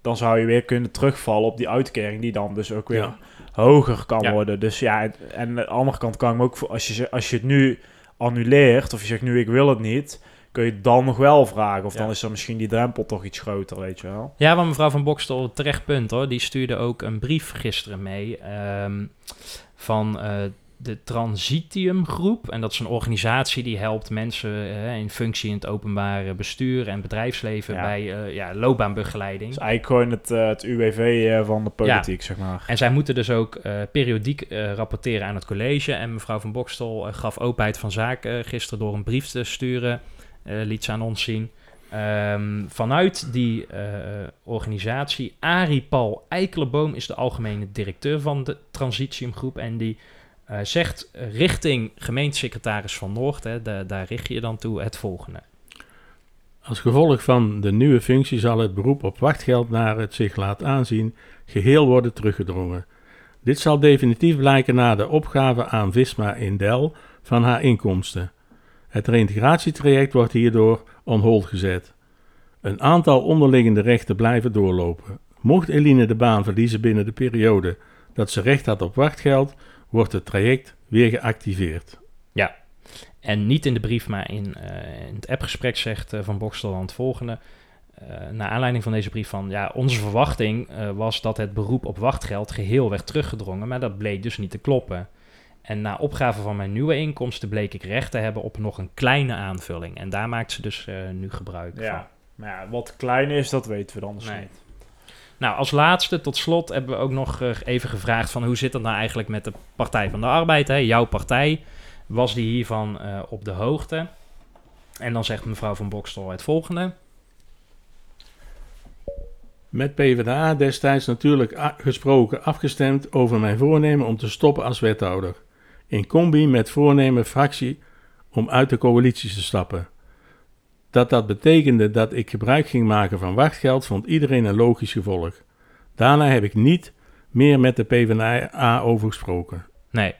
Speaker 3: dan zou je weer kunnen terugvallen op die uitkering die dan dus ook weer
Speaker 4: Ja.
Speaker 3: hoger kan
Speaker 2: Ja.
Speaker 3: worden. Dus ja, en, en aan de andere kant kan ik me ook, voor- als je, ze- als je het nu annuleert of je zegt nu ik wil het niet, kun je het dan nog wel vragen. Of
Speaker 2: Ja. Hm.
Speaker 3: dan is dan misschien die drempel toch iets groter, weet je wel.
Speaker 2: Ja, want mevrouw van Bokstel, terecht punt hoor. Die stuurde ook een brief gisteren mee ehm, van eh, de Transitium Groep. En dat is een organisatie die helpt mensen eh, in functie in het openbare bestuur en bedrijfsleven
Speaker 3: Ja.
Speaker 2: bij eh, ja,
Speaker 3: Dus
Speaker 2: loopbaanbegeleiding.
Speaker 3: eigenlijk gewoon het, eh, het UWV eh, van de politiek, zeg maar.
Speaker 2: En zij moeten dus ook eh, periodiek eh, rapporteren aan het college. En mevrouw van Bokstel eh, gaf openheid van zaak eh, gisteren door een brief te sturen. eh, liet ze aan ons zien. Ehm, vanuit die eh, organisatie, Arie Paul Eikelenboom is de algemene directeur van de Transitiumgroep. En die eh, zegt eh, richting gemeentesecretaris van Noord, hè, da- daar richt je je dan toe, het volgende.
Speaker 4: Als gevolg van de nieuwe functie zal het beroep op wachtgeld naar het zich laat aanzien geheel worden teruggedrongen. Dit zal definitief blijken na de opgave aan Visma in Del van haar inkomsten. Het reintegratietraject wordt hierdoor on hold gezet. Een aantal onderliggende rechten blijven doorlopen. Mocht Eline de baan verliezen binnen de periode dat ze recht had op wachtgeld, wordt het traject weer geactiveerd.
Speaker 2: En niet in de brief, maar in, eh, in het appgesprek zegt eh, Van Bokstel het volgende. eh naar aanleiding van deze brief van, ja, onze verwachting eh, was dat het beroep op wachtgeld geheel werd teruggedrongen, maar dat bleek dus niet te kloppen. En na opgave van mijn nieuwe inkomsten bleek ik recht te hebben op nog een kleine aanvulling. En daar maakt ze dus eh, nu gebruik van.
Speaker 3: Ja. Maar ja, wat klein is, dat weten we dan dus
Speaker 2: Nee.
Speaker 3: niet.
Speaker 2: Nou, als laatste, tot slot, hebben we ook nog eh, even gevraagd van hoe zit dat nou eigenlijk met de Partij van de Arbeid, hè? jouw partij. Was die hiervan eh, op de hoogte? En dan zegt mevrouw van Bokstel het volgende.
Speaker 4: Met PvdA destijds natuurlijk a- gesproken afgestemd over mijn voornemen om te stoppen als wethouder. In combi met voornemen fractie om uit de coalities te stappen. Dat dat betekende dat ik gebruik ging maken van wachtgeld vond iedereen een logisch gevolg. Daarna heb ik niet meer met de PvdA over gesproken.
Speaker 2: Nee.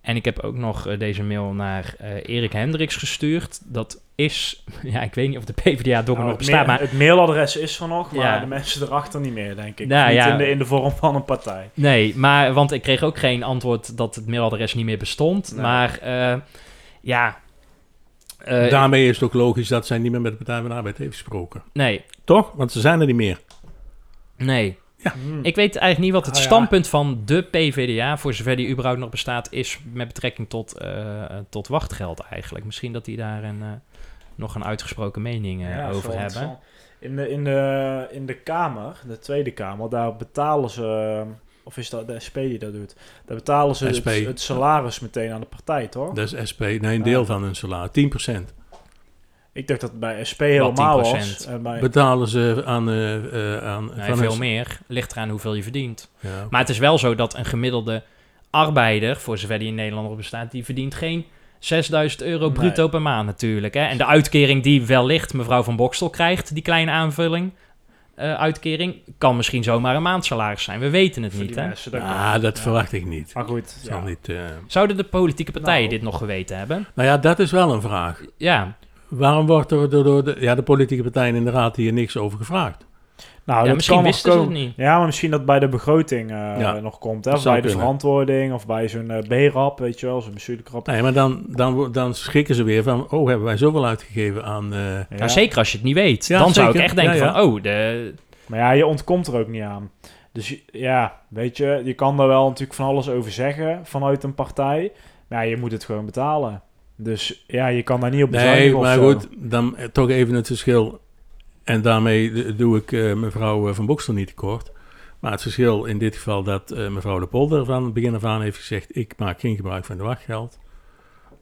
Speaker 2: En ik heb ook nog eh, deze mail naar eh, Erik Hendricks gestuurd. Dat is, *laughs* ja, ik weet niet of de PvdA donker
Speaker 3: Nou,
Speaker 2: nog
Speaker 3: het,
Speaker 2: bestaat,
Speaker 3: ma-
Speaker 2: maar
Speaker 3: het mailadres is er nog, maar
Speaker 2: Ja.
Speaker 3: de mensen erachter niet meer, denk ik.
Speaker 2: Nou,
Speaker 3: niet
Speaker 2: ja.
Speaker 3: in, de, in de vorm van een partij.
Speaker 2: Nee, maar, want ik kreeg ook geen antwoord dat het mailadres niet meer bestond.
Speaker 3: Nee.
Speaker 2: Maar eh, ja, Eh,
Speaker 4: Daarmee is het ook logisch dat zij niet meer met de Partij van de Arbeid heeft gesproken.
Speaker 2: nee,
Speaker 4: Toch? Want ze zijn er niet meer.
Speaker 2: nee.
Speaker 3: Hmm.
Speaker 2: Ik weet eigenlijk niet wat het
Speaker 3: Ah, ja.
Speaker 2: standpunt van de PvdA, voor zover die überhaupt nog bestaat, is met betrekking tot, eh, eh, tot wachtgeld eigenlijk. Misschien dat die daar een, eh, nog een uitgesproken mening eh,
Speaker 3: Ja, dat is
Speaker 2: over
Speaker 3: wel
Speaker 2: hebben.
Speaker 3: interessant. In de, in, de, in de Kamer, de Tweede Kamer, daar betalen ze... Of is dat de SP die dat doet? Daar betalen ze het,
Speaker 4: SP.
Speaker 3: het salaris meteen aan de partij, toch?
Speaker 4: Dat is SP, nee,
Speaker 2: Ah,
Speaker 4: een deel van hun salaris, 10%.
Speaker 3: Ik dacht dat het bij SP helemaal was.
Speaker 2: 10%.
Speaker 3: En bij,
Speaker 4: Betalen ze aan, eh, eh, aan
Speaker 2: Ah, Nee,
Speaker 4: van
Speaker 2: veel
Speaker 4: hun-
Speaker 2: meer. Ligt eraan hoeveel je verdient.
Speaker 4: Ja.
Speaker 2: Maar het is wel zo dat een gemiddelde arbeider, voor zover die in Nederland nog bestaat, die verdient geen 6000 euro
Speaker 3: Nee.
Speaker 2: bruto per maand natuurlijk. Hè? En de uitkering die wellicht mevrouw van Bokstel krijgt, die kleine aanvulling, eh, uitkering, kan misschien zomaar een maandsalaris zijn. We weten het
Speaker 3: voor die
Speaker 2: niet. Hè?
Speaker 3: mensen, dat-
Speaker 4: Ah, dat
Speaker 3: ja.
Speaker 4: verwacht ik niet.
Speaker 3: Maar goed,
Speaker 4: Dat zal
Speaker 3: ja.
Speaker 4: niet eh.
Speaker 2: Zouden de politieke partijen
Speaker 3: Nou.
Speaker 2: dit nog geweten hebben?
Speaker 4: Nou ja, dat is wel een vraag.
Speaker 2: Ja,
Speaker 4: Waarom wordt er door, door de, ja, de politieke partijen in de raad hier niks over gevraagd?
Speaker 3: Nou,
Speaker 2: ja
Speaker 3: dat
Speaker 2: misschien
Speaker 3: kan nog
Speaker 2: wisten ze het
Speaker 3: komen.
Speaker 2: niet.
Speaker 3: Ja, maar misschien dat bij de begroting eh,
Speaker 4: Ja,
Speaker 3: nog komt. Hè?
Speaker 4: dat
Speaker 3: Of
Speaker 4: zou
Speaker 3: bij de
Speaker 4: kunnen.
Speaker 3: verantwoording of bij zo'n eh, B-rap, weet je wel, zo'n bestuurlijke rap.
Speaker 4: Nee, maar dan, dan, wo- dan schrikken ze weer van, oh, hebben wij zoveel uitgegeven aan... eh,
Speaker 3: Ja.
Speaker 2: Nou, zeker als je het niet weet.
Speaker 4: Ja,
Speaker 2: dan zou ik
Speaker 4: zeker.
Speaker 2: echt denken
Speaker 4: Ja, ja.
Speaker 2: van, oh, de,
Speaker 3: Maar ja, je ontkomt er ook niet aan. Dus je- ja, weet je, je kan daar wel natuurlijk van alles over zeggen vanuit een partij. Maar ja, je moet het gewoon betalen. Dus ja, je kan daar niet op bezuinigen
Speaker 4: nee,
Speaker 3: of
Speaker 4: maar
Speaker 3: zo.
Speaker 4: goed, dan eh, toch even het verschil. En daarmee eh, doe ik eh, mevrouw eh, Van Bokstel niet tekort. Maar het verschil in dit geval dat eh, mevrouw De Polder van het begin af aan heeft gezegd... ik maak geen gebruik van de wachtgeld.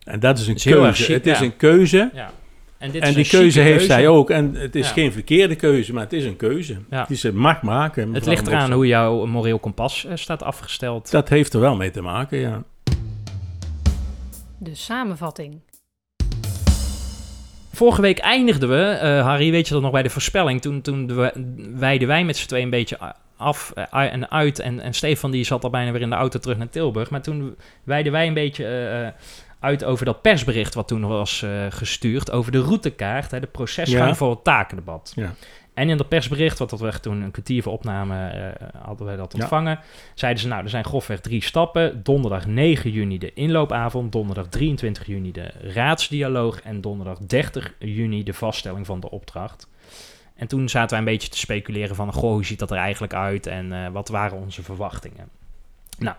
Speaker 4: En dat is een
Speaker 2: Dat is heel erg
Speaker 4: keuze.
Speaker 2: chic,
Speaker 4: het is
Speaker 2: ja.
Speaker 4: een keuze...
Speaker 2: ja. En, dit is
Speaker 4: en
Speaker 2: een
Speaker 4: die
Speaker 2: chique
Speaker 4: keuze heeft zij ook. En het is
Speaker 2: Ja.
Speaker 4: geen verkeerde keuze, maar het is een keuze.
Speaker 2: Ja.
Speaker 4: Die ze mag maken.
Speaker 2: Het
Speaker 4: mevrouw
Speaker 2: ligt eraan
Speaker 4: Boksel.
Speaker 2: hoe jouw moreel kompas eh, staat afgesteld.
Speaker 4: Dat heeft er wel mee te maken, ja.
Speaker 1: De samenvatting.
Speaker 2: Vorige week eindigden we, eh, Harry, weet je dat nog, bij de voorspelling. Toen, toen we, wijden wij met z'n tweeën een beetje a- af eh, a- en uit. En, en Stefan die zat al bijna weer in de auto terug naar Tilburg. Maar toen wijden wij een beetje eh, eh, uit over dat persbericht wat toen was eh, gestuurd. Over de routekaart, hè, de procesgang
Speaker 4: Ja.
Speaker 2: voor het takendebat.
Speaker 4: Ja.
Speaker 2: En in dat persbericht, wat dat we echt toen een kwartier voor opname eh, hadden we dat
Speaker 4: Ja.
Speaker 2: ontvangen, zeiden ze nou, er zijn grofweg drie stappen. Donderdag 9 juni de inloopavond, donderdag 23 juni de raadsdialoog en donderdag 30 juni de vaststelling van de opdracht. En toen zaten wij een beetje te speculeren van, goh, hoe ziet dat er eigenlijk uit en eh, wat waren onze verwachtingen? Nou,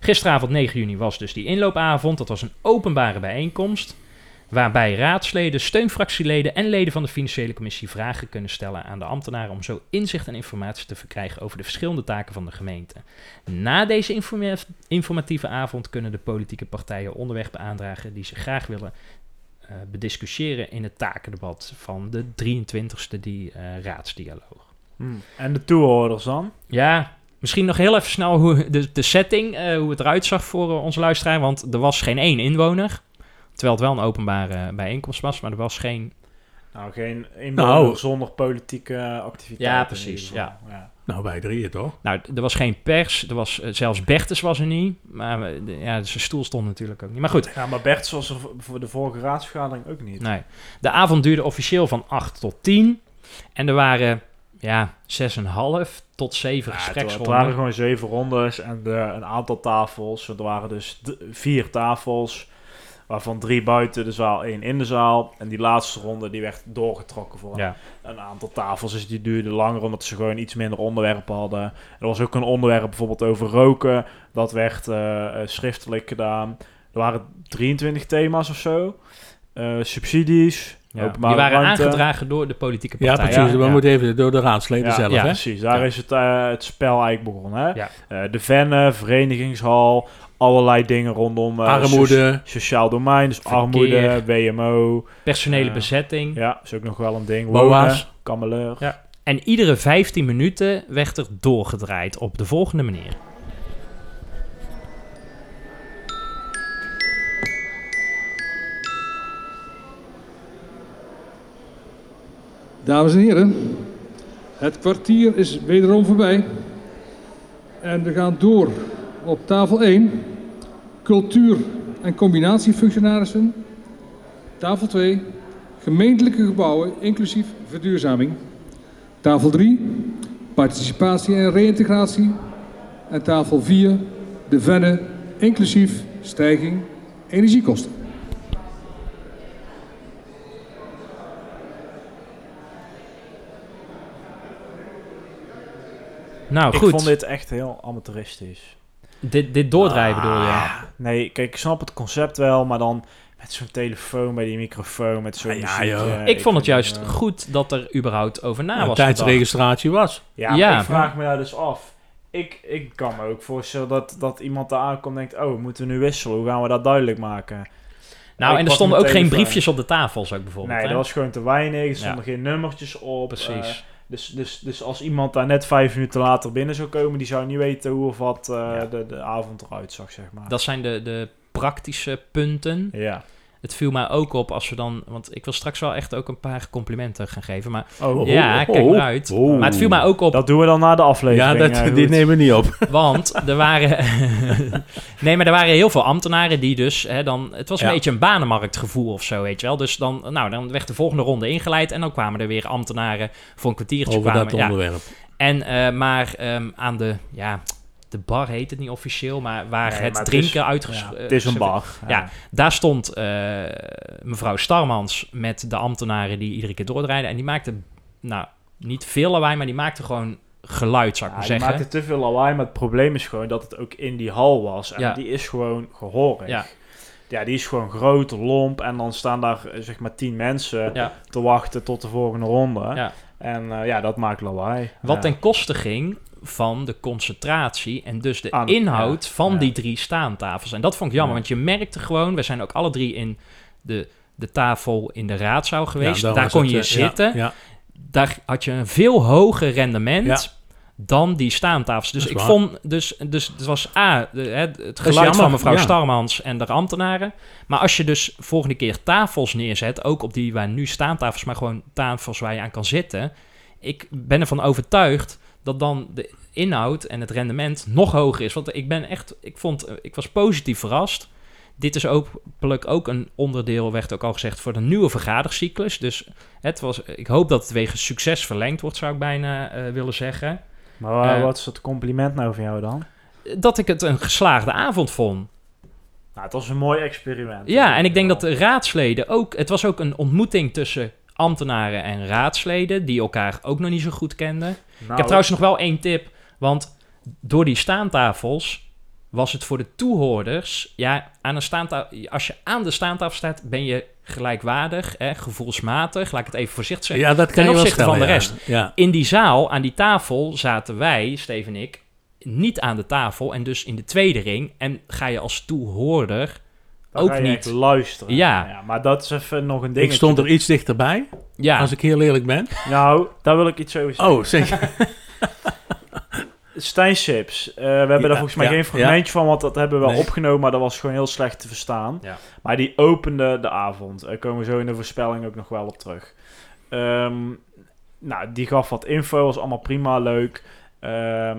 Speaker 2: gisteravond 9 juni was dus die inloopavond. Dat was een openbare bijeenkomst waarbij raadsleden, steunfractieleden en leden van de financiële commissie vragen kunnen stellen aan de ambtenaren om zo inzicht en informatie te verkrijgen over de verschillende taken van de gemeente. Na deze informe- informatieve avond kunnen de politieke partijen onderwerpen aandragen die ze graag willen eh, bediscussiëren in het takendebat van de 23e die eh, raadsdialoog.
Speaker 3: Hm. En de toehoorders dan?
Speaker 2: Ja, misschien nog heel even snel hoe de, de setting, eh, hoe het eruit zag voor eh, onze luisteraar. Want er was geen één inwoner. Terwijl het wel een openbare eh, bijeenkomst was, maar er was geen...
Speaker 3: Nou, geen inwoner
Speaker 4: Nou.
Speaker 3: zonder politieke activiteit.
Speaker 2: Ja,
Speaker 3: in
Speaker 2: precies,
Speaker 3: ieder geval.
Speaker 2: ja.
Speaker 4: Nou, wij drieën toch?
Speaker 2: Nou, d- er was geen pers. Er was, eh, zelfs Bertus was er niet. Maar we- de- ja, dus zijn stoel stond natuurlijk ook niet. Maar goed,
Speaker 3: Ja, maar Bert was er voor- voor de vorige raadsvergadering ook niet.
Speaker 2: nee. De avond duurde officieel van 8 tot 10. En er waren ja, 6,5 tot 7
Speaker 3: Ja, Ah, het, wa- het waren
Speaker 2: gespreksronden.
Speaker 3: gewoon zeven rondes en eh, een aantal tafels. Er waren dus d- vier tafels, waarvan drie buiten de zaal, één in de zaal. En die laatste ronde die werd doorgetrokken voor
Speaker 2: Ja,
Speaker 3: een aantal tafels. Dus die duurde langer omdat ze gewoon iets minder onderwerpen hadden. Er was ook een onderwerp bijvoorbeeld over roken. Dat werd eh, eh, schriftelijk gedaan. Er waren 23 thema's of zo. Eh, subsidies,
Speaker 2: ja. Die
Speaker 3: openbare
Speaker 2: waren
Speaker 3: ruimte.
Speaker 2: aangedragen door de politieke
Speaker 4: Ja,
Speaker 2: partijen.
Speaker 4: precies. we moeten even door de raadsleden
Speaker 3: Ja,
Speaker 4: zelf,
Speaker 3: ja,
Speaker 4: hè?
Speaker 3: precies. Daar
Speaker 2: Ja.
Speaker 3: is het, eh, het spel eigenlijk begonnen. Hè?
Speaker 2: Ja.
Speaker 3: Eh, de vennen, verenigingshal, allerlei dingen rondom eh, socia-
Speaker 4: Armoede.
Speaker 3: sociaal domein, dus
Speaker 2: Verkeer.
Speaker 3: armoede, WMO.
Speaker 2: Personele
Speaker 3: Ja.
Speaker 2: bezetting.
Speaker 3: Ja, is ook nog wel een ding.
Speaker 4: Boa's.
Speaker 3: Wonen, kameleur.
Speaker 2: Ja. En iedere 15 minuten werd er doorgedraaid op de volgende manier.
Speaker 6: Dames en heren, het kwartier is wederom voorbij. En we gaan door op tafel 1, cultuur- en combinatiefunctionarissen. Tafel 2, gemeentelijke gebouwen inclusief verduurzaming. Tafel 3, participatie en reïntegratie. En tafel 4, de vennen inclusief stijging energiekosten.
Speaker 2: Nou,
Speaker 3: Ik
Speaker 2: goed.
Speaker 3: vond dit echt heel amateuristisch.
Speaker 2: Dit, dit doordraaien bedoel je?
Speaker 3: Ah, Nee, kijk, ik snap het concept wel, maar dan met zo'n telefoon bij die microfoon, met zo'n
Speaker 4: Ah, ja,
Speaker 3: muziekje.
Speaker 4: joh.
Speaker 2: ik vond het juist
Speaker 3: eh,
Speaker 2: goed dat er überhaupt over na
Speaker 4: Ja,
Speaker 2: was gedacht.
Speaker 4: tijdsregistratie was.
Speaker 3: Ja,
Speaker 2: Ja.
Speaker 3: maar ik vraag me daar dus af. Ik, ik kan me ook voorstellen dat, dat iemand daar aankomt en denkt... Oh, moeten we nu wisselen? Hoe gaan we dat duidelijk maken?
Speaker 2: Nou,
Speaker 3: Ik
Speaker 2: en er
Speaker 3: pak
Speaker 2: stonden ook
Speaker 3: meteen
Speaker 2: geen
Speaker 3: de vraag.
Speaker 2: briefjes op de tafels ook bijvoorbeeld.
Speaker 3: Nee,
Speaker 2: hè?
Speaker 3: dat was gewoon te weinig. Er stonden geen nummertjes op.
Speaker 2: Precies.
Speaker 3: eh, dus, dus, dus als iemand daar net vijf minuten later binnen zou komen... die zou niet weten hoe of wat eh,
Speaker 2: Ja.
Speaker 3: de, de avond eruit zag, zeg maar.
Speaker 2: Dat zijn de, de praktische punten.
Speaker 3: Ja.
Speaker 2: Het viel mij ook op als we dan... Want ik wil straks wel echt ook een paar complimenten gaan geven. Maar,
Speaker 3: Oh,
Speaker 2: ja,
Speaker 4: oh,
Speaker 2: kijk maar
Speaker 4: oh,
Speaker 2: uit.
Speaker 4: oh.
Speaker 2: Maar het viel mij ook op,
Speaker 3: dat doen we dan na de
Speaker 4: Ja,
Speaker 3: aflevering.
Speaker 4: dat,
Speaker 3: eh,
Speaker 4: die
Speaker 3: goed.
Speaker 4: nemen we niet op.
Speaker 2: want er waren... *laughs* nee, maar er waren heel veel ambtenaren die dus... Hè, dan, het was een
Speaker 4: Ja.
Speaker 2: beetje een banenmarktgevoel of zo, weet je wel. Dus dan, nou, dan werd de volgende ronde ingeleid... en dan kwamen er weer ambtenaren voor een kwartiertje.
Speaker 4: Over
Speaker 2: kwamen,
Speaker 4: dat
Speaker 2: ja.
Speaker 4: onderwerp.
Speaker 2: En, eh, maar ehm, aan de, ja, de bar heet het niet officieel, maar waar
Speaker 3: Nee,
Speaker 2: het
Speaker 3: maar het is-
Speaker 2: drinken
Speaker 3: Ja,
Speaker 2: uitgesproken
Speaker 3: het is een bar.
Speaker 2: Eh, Ja. Daar stond eh, mevrouw Starmans met de ambtenaren die iedere keer doordraaiden. En die maakte, nou, niet veel lawaai, maar die maakte gewoon geluid, zou ik maar
Speaker 3: je
Speaker 2: zeggen.
Speaker 3: maakt het te veel lawaai, maar het probleem is gewoon dat het ook in die hal was. En
Speaker 2: Ja.
Speaker 3: die is gewoon gehorig.
Speaker 2: Ja.
Speaker 3: Ja, die is gewoon groot, lomp. En dan staan daar eh, zeg maar tien mensen
Speaker 2: Ja.
Speaker 3: te wachten tot de volgende ronde.
Speaker 2: Ja.
Speaker 3: En eh, ja, dat maakt lawaai.
Speaker 2: Wat
Speaker 3: Ja.
Speaker 2: ten koste ging van de concentratie en dus de
Speaker 3: Aan-
Speaker 2: inhoud van
Speaker 3: ja.
Speaker 2: die drie staantafels. En dat vond ik jammer,
Speaker 3: Ja.
Speaker 2: want je merkte gewoon... We zijn ook alle drie in de, de tafel in de raadzaal geweest.
Speaker 4: Ja, dan
Speaker 2: daar
Speaker 4: was
Speaker 2: kon
Speaker 4: het,
Speaker 2: je
Speaker 4: eh, ja,
Speaker 2: zitten.
Speaker 4: Ja,
Speaker 2: daar had je een veel hoger rendement
Speaker 4: Ja.
Speaker 2: dan die staantafels. Dus
Speaker 4: Dat
Speaker 2: ik
Speaker 4: is waar.
Speaker 2: vond, dus, dus het was A, de- hè, het geluid
Speaker 4: jammer,
Speaker 2: van mevrouw
Speaker 4: ja.
Speaker 2: Starmans en de ambtenaren. Maar als je dus volgende keer tafels neerzet, ook op die waar nu staantafels, maar gewoon tafels waar je aan kan zitten. Ik ben ervan overtuigd dat dan de inhoud en het rendement nog hoger is. Want ik ben echt, ik vond, ik was positief verrast. Dit is hopelijk ook een onderdeel, werd ook al gezegd, voor de nieuwe vergadercyclus. Dus het was, ik hoop dat het wegens succes verlengd wordt, zou ik bijna eh, willen zeggen.
Speaker 3: Maar eh,
Speaker 2: Eh,
Speaker 3: wat is dat compliment nou van jou dan?
Speaker 2: Dat ik het een geslaagde avond vond.
Speaker 3: Nou, het was een mooi experiment.
Speaker 2: Ja, en ik denk dat eh, de raadsleden ook. Het was ook een ontmoeting tussen ambtenaren en raadsleden, die elkaar ook nog niet zo goed kenden.
Speaker 3: Nou,
Speaker 2: Ik heb trouwens nog wel één tip, want door die staantafels was het voor de toehoorders. Ja, aan een staantafel, als je aan de staantafel staat, ben je gelijkwaardig, hè, gevoelsmatig. Laat ik het even voorzichtig zeggen.
Speaker 4: ja dat
Speaker 2: ten
Speaker 4: kan je wel
Speaker 2: opzichte van
Speaker 4: stellen,
Speaker 2: de
Speaker 4: ja.
Speaker 2: rest.
Speaker 4: Ja.
Speaker 2: In die zaal, aan die tafel, zaten wij, Steve en ik, niet aan de tafel en dus in de tweede ring. En ga je als toehoorder
Speaker 3: dan
Speaker 2: ook
Speaker 3: ga je
Speaker 2: niet.
Speaker 3: echt luisteren.
Speaker 2: Ja.
Speaker 3: maar dat is even nog een ding.
Speaker 4: Ik stond er iets dichterbij,
Speaker 2: Ja,
Speaker 4: als ik heel eerlijk
Speaker 2: *laughs*
Speaker 4: ben.
Speaker 3: Nou, daar wil ik iets over zeggen.
Speaker 4: Oh, zeg.
Speaker 2: Oh.
Speaker 3: Stijn Sips. eh, we hebben
Speaker 4: Ja,
Speaker 3: daar volgens mij
Speaker 4: ja,
Speaker 3: geen fragmentje van, want dat hebben we wel
Speaker 4: Nee.
Speaker 3: opgenomen, maar dat was gewoon heel slecht te verstaan.
Speaker 2: Ja.
Speaker 3: Maar die opende de avond. Daar komen we zo in de voorspelling ook nog wel op terug. Ehm, nou, die gaf wat info, was allemaal prima, leuk. Ehm,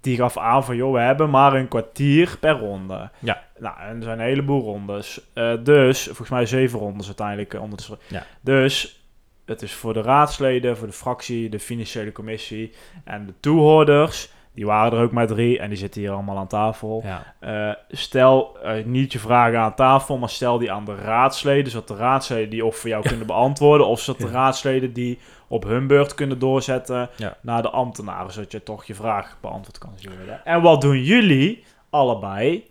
Speaker 3: die gaf aan van, joh, we hebben maar een kwartier per ronde.
Speaker 2: Ja.
Speaker 3: Nou, en er zijn een heleboel rondes. Eh, dus, volgens mij zeven rondes uiteindelijk eh, onder de...
Speaker 2: Ja.
Speaker 3: Dus, Het is voor de raadsleden, voor de fractie, de financiële commissie en de toehoorders. Die waren er ook maar drie en die zitten hier allemaal aan tafel.
Speaker 2: Ja.
Speaker 3: Eh, stel eh, niet je vragen aan tafel, maar stel die aan de raadsleden, zodat de raadsleden die of voor jou kunnen beantwoorden, of zodat de
Speaker 2: Ja.
Speaker 3: raadsleden die op hun beurt kunnen doorzetten
Speaker 2: Ja.
Speaker 3: naar de ambtenaren, zodat je toch je vraag beantwoord kan zien worden. En wat doen jullie allebei?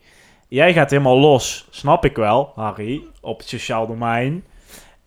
Speaker 3: Jij gaat helemaal los, snap ik wel, Harry, op het sociaal domein.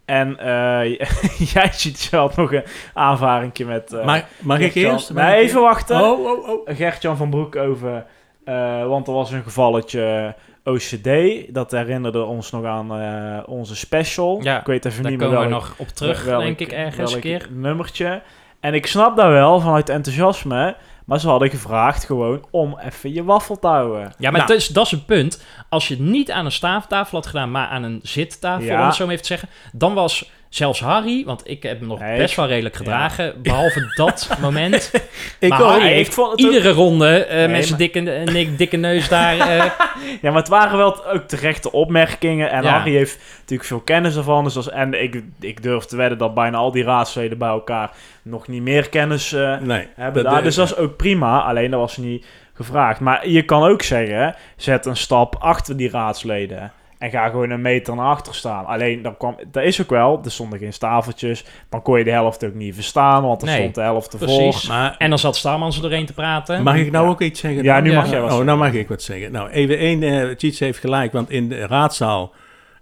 Speaker 3: En eh, *laughs* jij ziet zelf nog een aanvaringje met... eh,
Speaker 4: Mag, mag ik
Speaker 3: Gert-Jan.
Speaker 4: eerst? Mag
Speaker 3: Nee,
Speaker 4: ik
Speaker 3: even wachten.
Speaker 4: Oh, oh, oh.
Speaker 3: Gertjan van Broekhoven. eh want er was een gevalletje eh, OCD. Dat herinnerde ons nog aan eh, onze special.
Speaker 2: Ja,
Speaker 3: ik weet even
Speaker 2: Daar
Speaker 3: niet meer
Speaker 2: komen we
Speaker 3: welk-
Speaker 2: nog op terug,
Speaker 3: welk-
Speaker 2: denk ik, ergens een
Speaker 3: welk
Speaker 2: keer.
Speaker 3: nummertje. En ik snap daar wel vanuit enthousiasme. Maar ze hadden gevraagd gewoon om even je waffel te houden.
Speaker 2: Ja, maar
Speaker 3: Nou,
Speaker 2: dat, is, dat is een punt. Als je het niet aan een staaftafel had gedaan, maar aan een zittafel,
Speaker 3: Ja.
Speaker 2: om het zo maar even te zeggen, dan was zelfs Harry, want ik heb me nog
Speaker 3: Nee,
Speaker 2: best
Speaker 3: ik-
Speaker 2: wel redelijk gedragen, behalve dat moment.
Speaker 4: Ik
Speaker 2: maar
Speaker 4: ook.
Speaker 2: Harry
Speaker 3: Nee, ik
Speaker 2: Nou, heeft
Speaker 3: vond het ook-
Speaker 2: iedere ronde eh
Speaker 3: Nee,
Speaker 2: mensen
Speaker 3: maar-
Speaker 2: dikke, eh, Nick, dikke neus daar. eh, *laughs*
Speaker 3: Ja, maar het waren wel t- ook terechte opmerkingen. En
Speaker 2: Ja.
Speaker 3: Harry heeft natuurlijk veel kennis ervan. Dus als, en ik, ik durf te wedden dat bijna al die raadsleden bij elkaar nog niet meer kennis eh,
Speaker 4: Nee.
Speaker 3: hebben daar. Dus dat is ook prima, alleen dat was niet gevraagd. Maar je kan ook zeggen, zet een stap achter die raadsleden. En ga gewoon een meter naar achter staan. Alleen, dan kwam, dat is ook wel, er stonden geen tafeltjes. Dan kon je de helft ook niet verstaan, want er
Speaker 2: Nee,
Speaker 3: stond de helft ervoor.
Speaker 2: precies.
Speaker 4: Maar
Speaker 2: en dan zat Staarmans er doorheen te praten.
Speaker 4: Mag ik nou
Speaker 3: Ja.
Speaker 4: ook iets zeggen?
Speaker 3: Ja, nu
Speaker 2: Ja.
Speaker 3: mag jij wat
Speaker 4: Oh,
Speaker 3: zeggen.
Speaker 4: nou mag ik wat zeggen. Nou, even één, eh Tjitse heeft gelijk, want in de raadzaal,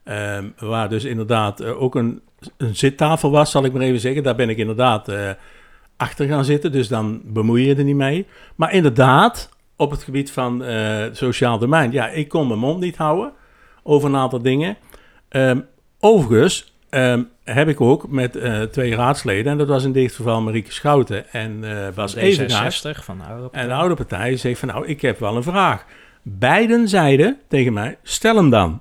Speaker 4: ehm, waar dus inderdaad eh, ook een, een zittafel was, zal ik maar even zeggen, daar ben ik inderdaad eh, achter gaan zitten, dus dan bemoei je er niet mee. Maar inderdaad, op het gebied van eh, sociaal domein, ja, ik kon mijn mond niet houden over een aantal dingen. Ehm, overigens ehm, heb ik ook met eh, twee raadsleden, en dat was in dit geval Marieke Schouten en eh Bas Evengaars,
Speaker 2: D66 van de oude
Speaker 4: en de oude partij zegt van nou, ik heb wel een vraag. Beiden zeiden tegen mij, stel hem dan.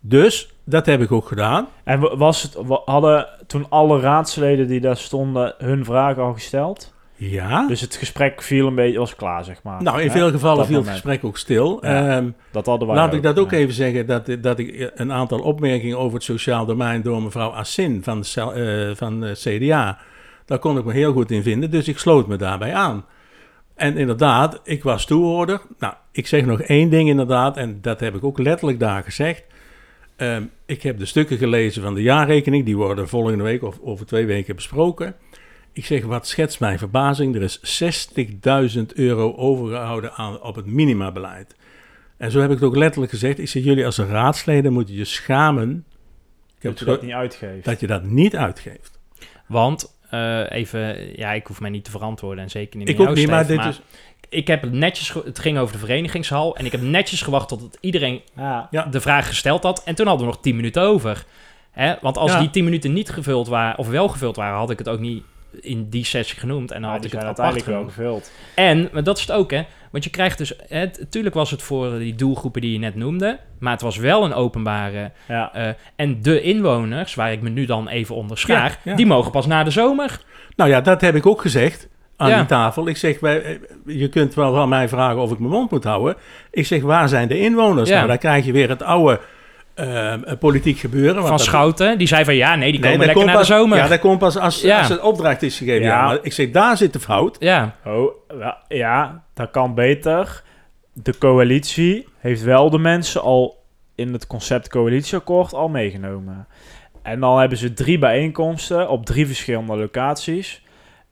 Speaker 4: Dus dat heb ik ook gedaan.
Speaker 3: En wa- was het, wa- hadden toen alle raadsleden die daar stonden hun vragen al gesteld?
Speaker 4: Ja.
Speaker 3: Dus het gesprek viel een beetje, was klaar, zeg maar.
Speaker 4: nou, in
Speaker 3: Hè?
Speaker 4: veel gevallen
Speaker 3: dat
Speaker 4: viel het
Speaker 3: moment.
Speaker 4: gesprek ook stil.
Speaker 3: Ja.
Speaker 4: Ehm,
Speaker 3: Dat hadden wij
Speaker 4: laat ik dat ook
Speaker 3: ja.
Speaker 4: even zeggen, dat, dat ik een aantal opmerkingen over het sociaal domein door mevrouw Assin van, de cel- eh, van de CDA, daar kon ik me heel goed in vinden, dus ik sloot me daarbij aan. En inderdaad, ik was toehoorder. Nou, ik zeg nog één ding inderdaad, en dat heb ik ook letterlijk daar gezegd. Ehm, ik heb de stukken gelezen van de jaarrekening, die worden volgende week of over twee weken besproken. Ik zeg, wat schetst mijn verbazing, er is 60.000 euro overgehouden aan, op het minimabeleid. En zo heb ik het ook letterlijk gezegd. Ik zeg, jullie als raadsleden moeten je schamen ik heb
Speaker 3: Dat
Speaker 4: het
Speaker 3: je
Speaker 4: gehoord,
Speaker 3: dat niet uitgeeft.
Speaker 4: dat je dat niet uitgeeft.
Speaker 2: Want, eh, even, ja, ik hoef mij niet te verantwoorden en zeker niet
Speaker 4: Ik
Speaker 2: met
Speaker 4: ook niet,
Speaker 2: jou,
Speaker 4: maar
Speaker 2: Steven,
Speaker 4: dit is...
Speaker 2: Ik heb netjes, ge- het ging over de verenigingshal, en ik heb netjes gewacht tot iedereen
Speaker 3: Ja. Nou,
Speaker 4: Ja.
Speaker 2: de vraag gesteld had. En toen hadden we nog 10 minuten over. Hè? Want als
Speaker 4: Ja.
Speaker 2: die 10 minuten niet gevuld waren, of wel gevuld waren, had ik het ook niet in die sessie genoemd. En dan
Speaker 3: Ja,
Speaker 4: Nou,
Speaker 2: had
Speaker 3: die
Speaker 2: ik het
Speaker 3: zijn
Speaker 2: apart
Speaker 3: uiteindelijk wel
Speaker 2: genoemd.
Speaker 3: gevuld.
Speaker 2: En, maar dat is het ook, hè. Want je krijgt dus... hè, t- Tuurlijk was het voor die doelgroepen die je net noemde. Maar het was wel een openbare...
Speaker 3: Ja.
Speaker 2: eh, en de inwoners, waar ik me nu dan even onder schaar...
Speaker 4: Ja, ja.
Speaker 2: die mogen pas na de zomer.
Speaker 4: Nou ja, dat heb ik ook gezegd aan
Speaker 2: Ja.
Speaker 4: die tafel. Ik zeg, wij- eh, je kunt wel van mij vragen of ik mijn mond moet houden. Ik zeg, waar zijn de inwoners?
Speaker 2: Ja.
Speaker 4: Nou, dan krijg je weer het oude eh, politiek gebeuren. want
Speaker 2: van
Speaker 4: dat-
Speaker 2: Schouten, die zei van... Ja, nee, die
Speaker 4: Nee,
Speaker 2: komen
Speaker 4: dat
Speaker 2: lekker
Speaker 4: komt
Speaker 2: na de
Speaker 4: pas-
Speaker 2: zomer.
Speaker 4: Ja, dat komt pas als,
Speaker 2: Ja.
Speaker 4: als een opdracht is gegeven. Ja.
Speaker 3: Ja.
Speaker 4: maar ik zeg, daar zit de fout.
Speaker 2: ja.
Speaker 3: Oh, wel, ja, dat kan beter. De coalitie heeft wel de mensen al in het concept coalitieakkoord al meegenomen. En dan hebben ze drie bijeenkomsten op drie verschillende locaties.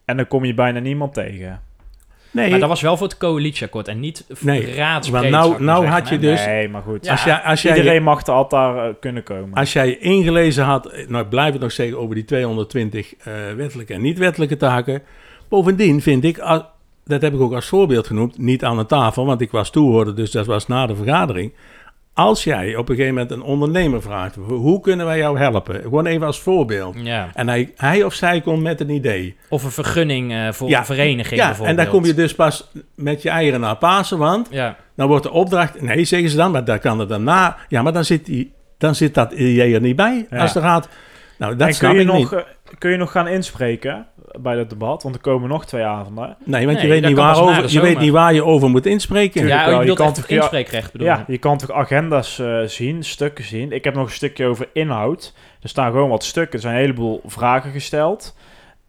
Speaker 3: En dan kom je bijna niemand tegen.
Speaker 4: Nee,
Speaker 2: Maar dat was wel voor het coalitieakkoord en niet voor
Speaker 4: Nee,
Speaker 2: raadsbreed,
Speaker 4: want nou-
Speaker 2: zou ik maar
Speaker 4: nou
Speaker 2: zeggen,
Speaker 4: had
Speaker 2: hè.
Speaker 4: je Dus-
Speaker 3: nee, maar goed.
Speaker 4: als jij, als jij
Speaker 3: Iedereen mag er altijd daar eh, kunnen komen.
Speaker 4: Als jij ingelezen had, nou ik blijf het nog zeggen over die 220 eh, wettelijke en niet-wettelijke taken. Bovendien vind ik, ah, dat heb ik ook als voorbeeld genoemd, niet aan de tafel, want ik was toehoorder, dus dat was na de vergadering. Als jij op een gegeven moment een ondernemer vraagt, "Ho- hoe kunnen wij jou helpen? Gewoon even als voorbeeld.
Speaker 2: Ja.
Speaker 4: En hij, hij of zij komt met een idee.
Speaker 2: Of een vergunning eh, voor
Speaker 4: Ja,
Speaker 2: een vereniging
Speaker 4: ja, en
Speaker 2: bijvoorbeeld.
Speaker 4: dan kom je dus pas met je eieren naar Pasen, want
Speaker 2: Ja,
Speaker 4: dan wordt de opdracht, nee zeggen ze dan, maar daar kan het daarna. Ja, maar dan zit, die, dan zit dat idee er niet bij
Speaker 3: Ja.
Speaker 4: als de raad. Nou, dat
Speaker 3: en
Speaker 4: snap
Speaker 3: kun je,
Speaker 4: ik niet.
Speaker 3: nog, eh, kun je nog gaan inspreken? bij dat debat, want er komen nog twee avonden.
Speaker 4: Nee, want
Speaker 2: Nee,
Speaker 4: je, weet
Speaker 2: dat
Speaker 4: niet,
Speaker 2: kan pas na de
Speaker 4: waarover, je weet
Speaker 2: zomer.
Speaker 4: niet waar je over moet inspreken.
Speaker 3: Tuurlijk
Speaker 2: Ja, oh,
Speaker 3: wel,
Speaker 2: je
Speaker 3: je
Speaker 2: bedoelt
Speaker 3: kan
Speaker 2: echt
Speaker 3: toch- ja.
Speaker 2: inspreekrecht bedoel
Speaker 3: Ja,
Speaker 2: je?
Speaker 3: je kan toch agenda's eh, zien, stukken zien. Ik heb nog een stukje over inhoud. Er staan gewoon wat stukken. Er zijn een heleboel vragen gesteld.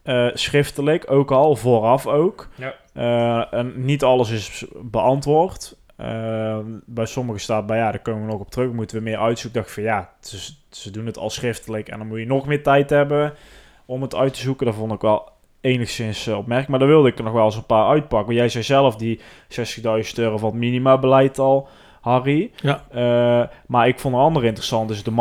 Speaker 3: Eh, schriftelijk, ook al, vooraf ook.
Speaker 2: Ja.
Speaker 3: Eh, en niet alles is beantwoord. Eh, bij sommigen staat bij, ja, daar komen we nog op terug. Moeten we meer uitzoeken? Dacht ik van, ja, het is- ze doen het al schriftelijk. En dan moet je nog meer tijd hebben om het uit te zoeken. Dat vond ik wel enigszins eh, opmerkelijk. Maar daar wilde ik er nog wel eens een paar uitpakken. Want jij zei zelf die 60.000 euro van het minimabeleid al, Harry.
Speaker 4: Ja.
Speaker 3: Eh, maar ik vond een andere interessant, is de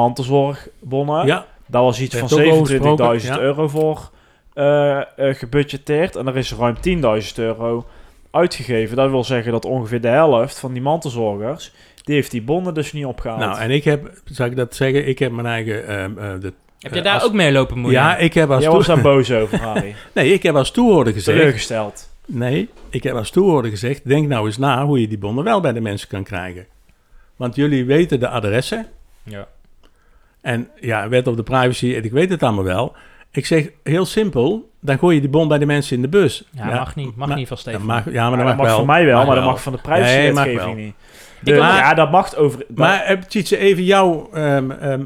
Speaker 3: mantelzorgbonnen.
Speaker 4: Ja,
Speaker 3: Daar was iets
Speaker 4: Werd
Speaker 3: van
Speaker 4: ook over
Speaker 3: 27.000
Speaker 4: gesproken, ja.
Speaker 3: euro voor eh, eh, gebudgeteerd. En er is ruim 10.000 euro uitgegeven. Dat wil zeggen dat ongeveer de helft van die mantelzorgers... die heeft die bonnen dus niet opgehaald.
Speaker 4: nou en ik heb, zal ik dat zeggen, ik heb mijn eigen... ehm, eh, de,
Speaker 2: Heb je
Speaker 4: eh,
Speaker 2: daar
Speaker 4: als-
Speaker 2: ook mee lopen moeien?
Speaker 4: Ja, ik heb als,
Speaker 3: Jij
Speaker 4: toe-
Speaker 3: was daar boos over, Harry.
Speaker 4: *laughs* nee, ik heb als toehoorder gezegd...
Speaker 3: Teleurgesteld.
Speaker 4: Nee, ik heb als toehoorder gezegd, denk nou eens na hoe je die bonnen wel bij de mensen kan krijgen. Want jullie weten de adressen.
Speaker 2: Ja.
Speaker 4: En ja, wet op de privacy, en ik weet het allemaal wel. Ik zeg heel simpel, dan gooi je die bon bij de mensen in de bus.
Speaker 2: Ja, mag niet, mag
Speaker 4: maar-
Speaker 2: niet van Steven.
Speaker 4: Dat mag, ja, maar
Speaker 3: Ja, dat
Speaker 4: dat mag,
Speaker 3: mag
Speaker 4: wel.
Speaker 3: voor mij wel, maar dat mag van de prijswetgeving
Speaker 4: Nee, mag wel.
Speaker 3: niet.
Speaker 2: Die
Speaker 3: Dus-
Speaker 4: kan-
Speaker 3: ja, dat mag over... dat-
Speaker 4: Maar eh, Tjitse, even jouw, ehm, ehm,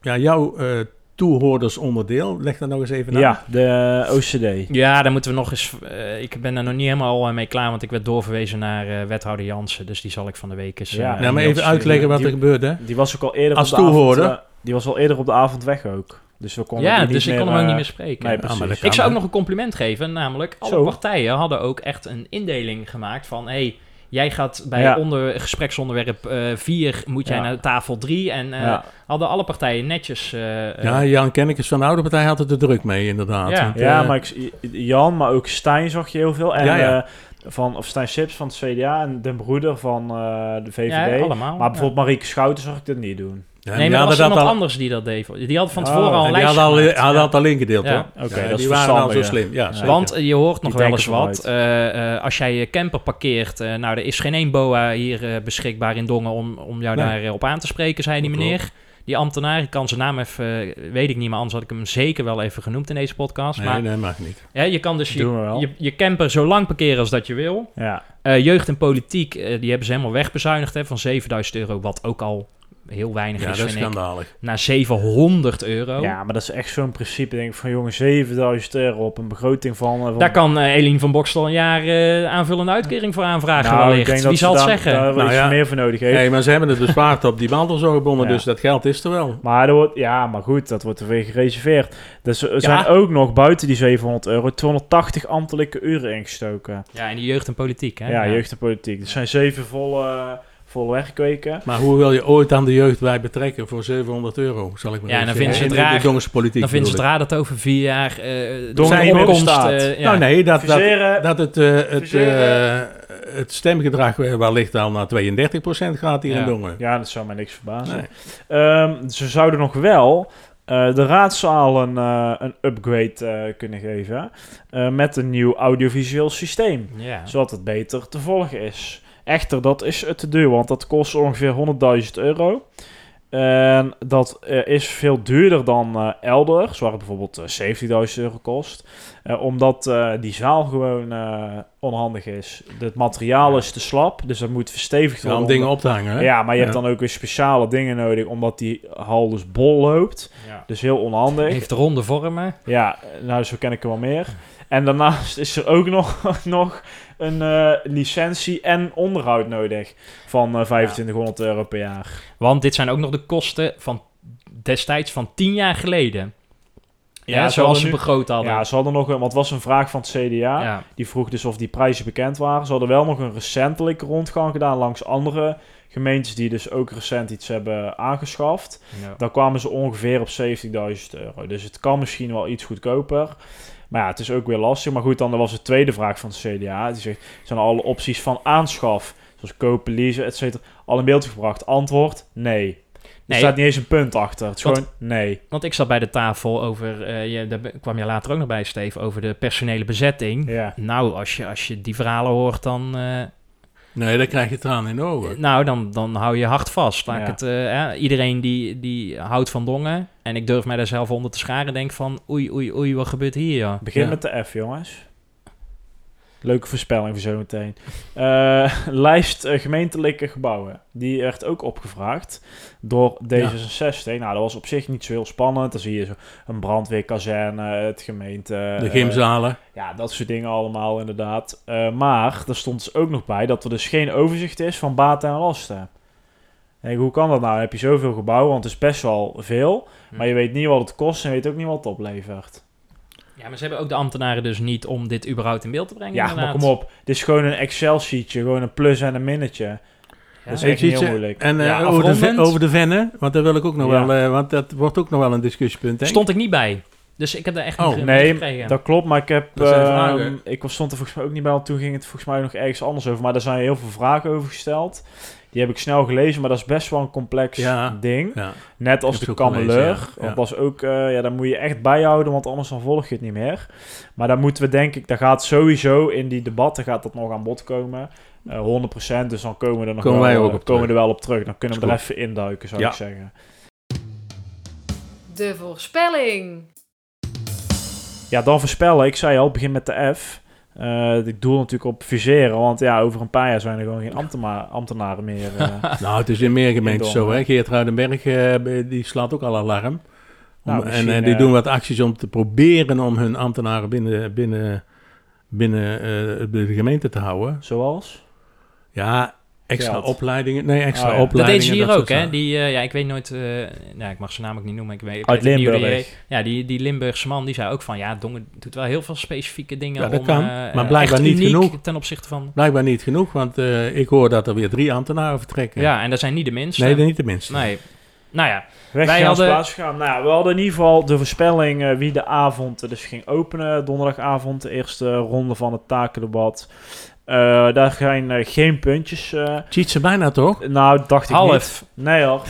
Speaker 4: ja, jouw eh, toehoordersonderdeel, leg dat nog eens even na.
Speaker 3: ja, de OCD.
Speaker 2: Ja, daar moeten we nog eens... eh, ik ben daar nog niet helemaal eh, mee klaar, want ik werd doorverwezen naar eh, wethouder Jansen. Dus die zal ik van de week eens...
Speaker 3: Ja.
Speaker 2: eh,
Speaker 4: Nou, maar
Speaker 2: een
Speaker 4: even
Speaker 2: mail sturen.
Speaker 4: uitleggen wat er
Speaker 3: Die-
Speaker 4: gebeurde.
Speaker 3: Die was ook al eerder
Speaker 4: Als
Speaker 3: op de
Speaker 4: toehoorder.
Speaker 3: avond. eh, die was al eerder op de avond weg ook. Dus we konden
Speaker 2: Ja,
Speaker 3: die
Speaker 2: dus
Speaker 3: niet
Speaker 2: ik kon hem
Speaker 3: meer,
Speaker 2: ook niet
Speaker 3: eh,
Speaker 2: meer spreken.
Speaker 3: Nee,
Speaker 4: maar dat
Speaker 3: precies.
Speaker 4: kan.
Speaker 2: Ik zou ook nog een compliment geven, namelijk alle
Speaker 3: Zo.
Speaker 2: partijen hadden ook echt een indeling gemaakt van... Hey, Jij gaat bij
Speaker 3: Ja.
Speaker 2: onder, gespreksonderwerp 4, moet jij
Speaker 3: Ja.
Speaker 2: naar tafel 3. En eh,
Speaker 3: ja.
Speaker 2: hadden alle partijen netjes... eh, eh,
Speaker 4: Ja, Jan Kennekes van de oude partij had het er druk mee, inderdaad.
Speaker 2: Ja.
Speaker 4: Want,
Speaker 3: ja,
Speaker 4: eh,
Speaker 3: maar ik, Jan, maar ook Stijn zag je heel veel. En
Speaker 4: Ja, ja.
Speaker 3: eh, van, of Stijn Sips van het CDA en Den Broeder van eh, de
Speaker 2: ja,
Speaker 3: VVD.
Speaker 2: allemaal.
Speaker 3: maar
Speaker 2: ja.
Speaker 3: bijvoorbeeld Marieke Schouten zag ik dat niet doen.
Speaker 4: ja,
Speaker 2: nee,
Speaker 4: die
Speaker 2: maar er was
Speaker 4: hadden
Speaker 2: iemand
Speaker 4: al-
Speaker 2: anders die dat deed. Die had van
Speaker 3: Oh,
Speaker 2: tevoren al een
Speaker 4: en die
Speaker 2: lijst
Speaker 4: hadden al,
Speaker 2: gemaakt.
Speaker 4: hadden dat al ingedeeld,
Speaker 2: Ja.
Speaker 4: hoor.
Speaker 3: Oké,
Speaker 4: Ja,
Speaker 3: dat is
Speaker 4: die waren al zo
Speaker 3: verstandig,
Speaker 4: slim. Ja,
Speaker 3: Ja.
Speaker 4: zeker.
Speaker 2: Want eh, je hoort nog
Speaker 3: Die
Speaker 2: wel eens
Speaker 3: denken
Speaker 2: wat. eh, eh, als jij je camper parkeert, eh, nou, er is geen één boa hier eh, beschikbaar in Dongen om, om jou
Speaker 4: Nee.
Speaker 2: daar daarop aan te spreken, zei die
Speaker 4: Dat
Speaker 2: meneer. Die ambtenaar, ik kan zijn naam even, eh, weet ik niet, maar anders had ik hem zeker wel even genoemd in deze podcast.
Speaker 4: nee,
Speaker 2: maar
Speaker 4: nee, mag niet.
Speaker 2: hè, je kan dus je,
Speaker 3: Doen we wel.
Speaker 2: je, je camper zo lang parkeren als dat je wil.
Speaker 3: Ja,
Speaker 2: Eh, jeugd en politiek, eh, die hebben ze helemaal wegbezuinigd hè, van 7000 euro, wat ook al heel weinig
Speaker 4: Ja,
Speaker 2: is,
Speaker 4: dat is
Speaker 2: vind ik.
Speaker 4: schandalig.
Speaker 2: Naar 700 euro.
Speaker 3: ja, maar dat is echt zo'n principe. Denk ik van jongen, 7000 euro op een begroting van. eh, van
Speaker 2: Daar kan eh, Eline van Bokstel een jaar eh, aanvullende uitkering voor aanvragen
Speaker 3: Nou, ik denk
Speaker 2: wellicht.
Speaker 3: dat
Speaker 2: Wie
Speaker 3: ze eh,
Speaker 2: zal het
Speaker 3: daar-
Speaker 2: zeggen?
Speaker 3: Daar wel
Speaker 4: Nou
Speaker 3: iets
Speaker 4: ja.
Speaker 3: meer voor nodig heeft.
Speaker 4: Nee, maar ze hebben het bespaard op die mantelzorgbonnen,
Speaker 3: Ja.
Speaker 4: dus dat geld is er wel.
Speaker 3: Maar, er wordt, ja, maar goed, dat wordt er weer gereserveerd. Dus er
Speaker 2: Ja.
Speaker 3: zijn ook nog buiten die 700 euro 280 ambtelijke uren ingestoken.
Speaker 2: Ja, in de jeugd en politiek, hè?
Speaker 3: Ja, jeugd en politiek. Dat zijn zeven volle, eh, volle werkweken.
Speaker 4: Maar hoe wil je ooit aan de jeugd bij betrekken voor 700 euro, zal ik maar
Speaker 2: Ja,
Speaker 4: even
Speaker 2: dan
Speaker 4: zeggen.
Speaker 2: vinden ze het
Speaker 4: In de-
Speaker 2: raar.
Speaker 4: De jongenspolitiek
Speaker 2: Dan vindt ze het
Speaker 4: bedoel
Speaker 2: raar dat over vier jaar eh de
Speaker 4: Zijn
Speaker 2: opkomst...
Speaker 3: opstaat.
Speaker 2: eh,
Speaker 4: ik.
Speaker 2: ja.
Speaker 4: Nou nee, dat, dat,
Speaker 3: Adviseren.
Speaker 4: dat het, eh, het, eh,
Speaker 3: Adviseren.
Speaker 4: het stemgedrag eh, wellicht al naar 32% gaat hier
Speaker 2: Ja.
Speaker 4: in Dongen.
Speaker 3: Ja, dat zou mij niks verbazen.
Speaker 4: Nee.
Speaker 3: Ehm, ze zouden nog wel eh, de raadzaal een, eh, een upgrade eh, kunnen geven. eh, met een nieuw audiovisueel systeem.
Speaker 2: Ja.
Speaker 3: Zodat het beter te volgen is. Echter, dat is eh, te duur, want dat kost ongeveer 100.000 euro. En dat eh, is veel duurder dan eh, elders, waar het bijvoorbeeld eh, 17.000 euro kost. Eh, omdat eh, die zaal gewoon eh, onhandig is. Het materiaal is te slap, dus dat moet verstevigd
Speaker 4: Ja,
Speaker 3: worden.
Speaker 4: om dingen op te hangen. hè?
Speaker 3: Ja, maar je hebt
Speaker 4: Ja.
Speaker 3: dan ook weer speciale dingen nodig, omdat die hal dus bol loopt.
Speaker 2: Ja.
Speaker 3: Dus heel onhandig.
Speaker 2: Heeft ronde vormen.
Speaker 3: Ja, nou, zo ken ik er wel meer. En daarnaast is er ook nog, *laughs* nog een eh, licentie en onderhoud nodig van eh, 2500 euro per jaar.
Speaker 2: Want dit zijn ook nog de kosten van destijds van tien jaar geleden. Ja,
Speaker 3: ze
Speaker 2: zoals ze
Speaker 3: hadden nu-
Speaker 2: begroot hadden.
Speaker 3: Ja, ze hadden nog een, want het was een vraag van het CDA.
Speaker 2: Ja.
Speaker 3: Die vroeg dus of die prijzen bekend waren. Ze hadden wel nog een recentelijke rondgang gedaan langs andere gemeentes die dus ook recent iets hebben aangeschaft.
Speaker 2: Ja.
Speaker 3: Dan kwamen ze ongeveer op 70.000 euro. Dus het kan misschien wel iets goedkoper. Maar ja, het is ook weer lastig. Maar goed, dan was de tweede vraag van de CDA. Die zegt, zijn alle opties van aanschaf, zoals kopen, leasen, et cetera, al in beeld gebracht? Antwoord, nee.
Speaker 2: Nee.
Speaker 3: Er staat niet eens een punt achter. Het is
Speaker 2: Want-
Speaker 3: gewoon, nee.
Speaker 2: Want ik zat bij de tafel over, eh, je, daar be- kwam je later ook nog bij, Steve, over de personele bezetting.
Speaker 3: Ja.
Speaker 2: Nou, als je, als je die verhalen hoort, dan... eh,
Speaker 4: Nee, dan krijg je tranen in de ogen.
Speaker 2: Nou, dan, dan hou je hard vast. Laat ik
Speaker 3: Ja.
Speaker 2: het, eh, hè, iedereen die, die houdt van dongen, en ik durf mij daar zelf onder te scharen, denk van oei, oei, oei, wat gebeurt hier? joh?
Speaker 3: Begin
Speaker 4: Ja.
Speaker 3: met de F, jongens. Leuke voorspelling voor zometeen. Eh, *laughs* lijst eh, gemeentelijke gebouwen. Die werd ook opgevraagd door D66. Nou, dat was op zich niet zo heel spannend. Dan zie je zo een brandweerkazerne, het gemeente...
Speaker 4: De
Speaker 3: eh,
Speaker 4: gymzalen.
Speaker 3: ja, dat soort dingen allemaal inderdaad. Eh, maar er stond dus ook nog bij dat er dus geen overzicht is van baten en lasten. Ik Denk, hoe kan dat nou? Dan heb je zoveel gebouwen, want het is best wel veel.
Speaker 4: Hm.
Speaker 3: Maar je weet niet wat het kost en je weet ook niet wat het oplevert.
Speaker 2: Ja, maar ze hebben ook de ambtenaren dus niet om dit überhaupt in beeld te brengen.
Speaker 3: Ja, maar
Speaker 2: inderdaad.
Speaker 3: kom op. Dit is gewoon een Excel-sheetje. Gewoon een plus en een minnetje. Dat is
Speaker 4: Hey,
Speaker 3: echt niet
Speaker 4: Tjitje,
Speaker 3: heel moeilijk.
Speaker 4: En eh,
Speaker 2: Ja,
Speaker 4: over, de, ve-
Speaker 2: afrondend.
Speaker 4: over de vennen, want daar wil ik ook nog
Speaker 3: Ja.
Speaker 4: wel, eh, want dat wordt ook nog wel een discussiepunt. Hè?
Speaker 2: Stond ik niet bij. Dus ik heb daar echt
Speaker 4: Oh,
Speaker 2: niet ge-
Speaker 3: nee,
Speaker 2: gekregen.
Speaker 3: Dat klopt, maar ik heb...
Speaker 4: Dat zijn
Speaker 3: ehm,
Speaker 4: vragen.
Speaker 3: ik was- stond er volgens mij ook niet bij, want toen ging het volgens mij nog ergens anders over. Maar daar zijn heel veel vragen over gesteld. Die heb ik snel gelezen, maar dat is best wel een complex
Speaker 4: Ja.
Speaker 3: ding.
Speaker 4: Ja.
Speaker 3: Net als
Speaker 4: heb
Speaker 3: de
Speaker 4: het ook gelezen,
Speaker 3: kameleur.
Speaker 4: ja. Ja.
Speaker 3: Want dat is ook... eh, ja, daar moet je echt bijhouden, want anders dan volg je het niet meer. Maar daar moeten we denk ik... Daar gaat sowieso in die debatten gaat dat nog aan bod komen. Eh, 100%, dus dan komen we er nog
Speaker 4: Komen
Speaker 3: wel, eh,
Speaker 4: wij ook op
Speaker 3: komen we er
Speaker 4: terug.
Speaker 3: wel op terug. Dan kunnen we
Speaker 4: Is
Speaker 3: er even induiken, zou
Speaker 4: Ja.
Speaker 3: ik zeggen.
Speaker 1: De voorspelling.
Speaker 3: Ja, dan voorspellen. Ik zei al, begin met de F. Eh, ik doel natuurlijk op fuseren, want ja, over een paar jaar zijn er gewoon geen ambtema- ambtenaren meer.
Speaker 2: *laughs*
Speaker 3: eh.
Speaker 4: Nou, het is in meer gemeentes
Speaker 3: Dom,
Speaker 4: zo. Hè? Geert Ruidenberg eh, die slaat ook al alarm. Om-
Speaker 3: Nou,
Speaker 4: en
Speaker 3: misschien,
Speaker 4: eh, die
Speaker 3: eh,
Speaker 4: doen wat acties om te proberen om hun ambtenaren binnen, binnen, binnen eh, de gemeente te houden.
Speaker 3: Zoals?
Speaker 4: Ja, extra
Speaker 3: Geld.
Speaker 4: opleidingen. Nee, extra
Speaker 3: Oh, ja.
Speaker 2: Dat
Speaker 4: opleidingen.
Speaker 2: deden ze hier
Speaker 4: soort
Speaker 2: ook, hè?
Speaker 4: zaken.
Speaker 2: Die, eh, ja, ik weet nooit... eh, nou, ik mag ze namelijk niet noemen. Ik weet, ik
Speaker 3: Uit
Speaker 2: weet niet hoe die
Speaker 3: Limburg.
Speaker 2: heet. ja, die, die Limburgse man, die zei ook van... Ja, Dongen doet wel heel veel specifieke dingen
Speaker 4: Ja, dat
Speaker 2: om...
Speaker 4: kan,
Speaker 2: eh,
Speaker 4: maar
Speaker 2: eh,
Speaker 4: blijkbaar
Speaker 2: echt
Speaker 4: niet
Speaker 2: uniek
Speaker 4: genoeg.
Speaker 2: ten opzichte van...
Speaker 4: Blijkbaar niet genoeg, want eh, ik hoor dat er weer drie ambtenaren vertrekken.
Speaker 2: Ja, en dat zijn niet de minste.
Speaker 4: nee, dat niet de minste.
Speaker 2: Nee. Nou ja,
Speaker 3: Weg
Speaker 2: Wij
Speaker 3: gaan als
Speaker 2: hadden-
Speaker 3: plaats gaan. Nou, ja, we hadden in ieder geval de voorspelling eh, wie de avond eh, dus ging openen. Donderdagavond, de eerste ronde van het takendebat. Eh, daar zijn eh, geen puntjes. eh.
Speaker 4: Cheat ze bijna toch?
Speaker 3: nou, dacht ik niet.
Speaker 2: half.
Speaker 3: Nee hoor.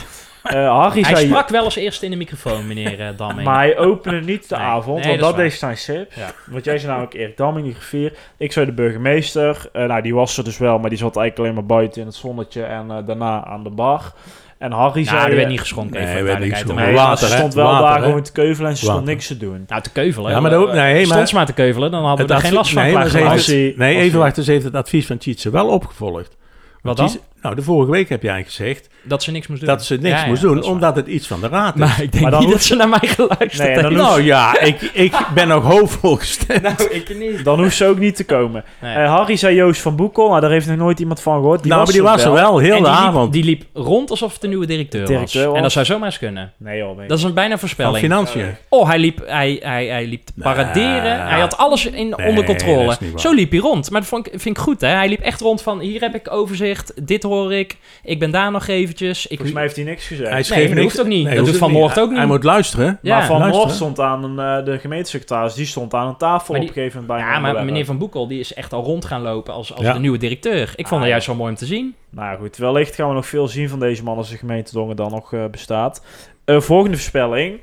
Speaker 3: Eh, Harry
Speaker 2: Hij
Speaker 3: zei...
Speaker 2: sprak wel als eerste in de microfoon, meneer eh,
Speaker 4: *laughs*
Speaker 2: Damming.
Speaker 3: Maar hij opende niet de
Speaker 2: *laughs* Nee,
Speaker 3: avond,
Speaker 2: nee,
Speaker 3: want
Speaker 2: dat
Speaker 3: dat,
Speaker 2: is
Speaker 3: deed zijn sip.
Speaker 2: Ja.
Speaker 3: Want jij zei namelijk Erik Damming, die gevierd. Ik zei de burgemeester. Eh, nou, die was er dus wel, maar die zat eigenlijk alleen maar buiten in het zonnetje en eh, daarna aan de bar. En Harry
Speaker 2: Nou,
Speaker 3: zei... eh,
Speaker 2: er werd niet geschonken,
Speaker 4: Nee,
Speaker 2: even
Speaker 4: er
Speaker 2: voor
Speaker 4: werd niet
Speaker 2: duidelijkheid.
Speaker 4: geschonken.
Speaker 3: Nee,
Speaker 4: Water,
Speaker 3: ze
Speaker 4: hè?
Speaker 3: stond wel
Speaker 4: Water,
Speaker 3: daar
Speaker 4: hè?
Speaker 3: gewoon te keuvelen en ze stond
Speaker 4: Water.
Speaker 3: niks te doen.
Speaker 2: Nou, te keuvelen. Eh,
Speaker 4: Ja, maar dat ook- nee,
Speaker 2: Stond
Speaker 4: maar-
Speaker 2: ze maar te keuvelen, dan hadden we er
Speaker 4: Het
Speaker 2: geen
Speaker 4: advies-
Speaker 2: last van. klaar
Speaker 4: nee, maar ze
Speaker 2: gehad.
Speaker 4: heeft het-
Speaker 3: Als hij-
Speaker 4: Nee,
Speaker 3: als
Speaker 4: even
Speaker 3: hij-
Speaker 4: wachten. Ze heeft het advies van Cheat ze wel opgevolgd.
Speaker 2: eh, Wat
Speaker 4: Want
Speaker 2: dan?
Speaker 4: Tjitse- nou, de vorige week heb jij gezegd
Speaker 2: Dat ze niks moest doen.
Speaker 4: dat ze niks
Speaker 2: Ja, ja,
Speaker 4: moest
Speaker 2: dat
Speaker 4: doen,
Speaker 2: is waar.
Speaker 4: omdat het iets van de raad is.
Speaker 2: Maar ik denk
Speaker 3: Maar dan
Speaker 2: niet dat
Speaker 3: hoeft-
Speaker 2: ze naar mij geluisterd
Speaker 3: Nee, en dan
Speaker 2: heeft.
Speaker 4: nou ja, ik, ik ben nog hoopvol gestemd.
Speaker 2: Nou, ik niet.
Speaker 3: Dan hoeft ze ook niet te komen.
Speaker 2: *laughs* Nee.
Speaker 3: Eh, Harry zei Joost van Boekel. Nou, daar heeft nog nooit iemand van gehoord. Die
Speaker 4: nou,
Speaker 3: was
Speaker 4: maar die was er wel, heel de
Speaker 2: die liep,
Speaker 4: avond.
Speaker 2: die liep rond alsof het de nieuwe directeur,
Speaker 3: Directeur
Speaker 2: was. En dat
Speaker 3: was.
Speaker 2: zou zomaar eens kunnen.
Speaker 3: Nee joh, nee.
Speaker 2: Dat is een bijna
Speaker 4: Van
Speaker 2: voorspelling.
Speaker 4: financiën.
Speaker 2: Oh, hij liep, hij, hij, hij liep te
Speaker 4: Nee.
Speaker 2: paraderen. hij had alles in,
Speaker 4: Nee,
Speaker 2: onder
Speaker 4: dat
Speaker 2: controle.
Speaker 4: is niet waar.
Speaker 2: Zo liep hij rond. Maar dat vond ik, vind ik goed, hè. Hij liep echt rond van... Hier heb ik overzicht. Dit hoor ik. Ik ben daar nog eventjes. Ik,
Speaker 3: Volgens mij heeft hij niks gezegd.
Speaker 4: Hij
Speaker 2: maar dat hoeft ook niet. Dat
Speaker 4: hoeft
Speaker 2: doet Van
Speaker 4: niet.
Speaker 2: Moort ook
Speaker 4: Hij
Speaker 2: niet.
Speaker 4: moet luisteren.
Speaker 2: Ja.
Speaker 3: maar Van
Speaker 4: luister.
Speaker 3: Moort stond aan een, eh, de gemeentesecretaris. Die stond aan een tafel
Speaker 2: Maar
Speaker 3: op
Speaker 2: die-
Speaker 3: een gegeven moment bij
Speaker 2: ja,
Speaker 3: een
Speaker 2: maar
Speaker 3: onderwerp.
Speaker 2: meneer Van Boekel die is echt al rond gaan lopen als, als
Speaker 4: Ja.
Speaker 2: de nieuwe directeur. Ik vond
Speaker 3: Ah,
Speaker 2: het
Speaker 3: ja.
Speaker 2: juist wel mooi om te zien.
Speaker 3: Nou goed, wellicht gaan we nog veel zien van deze man als de gemeente Dongen dan nog eh, bestaat. Eh, volgende voorspelling.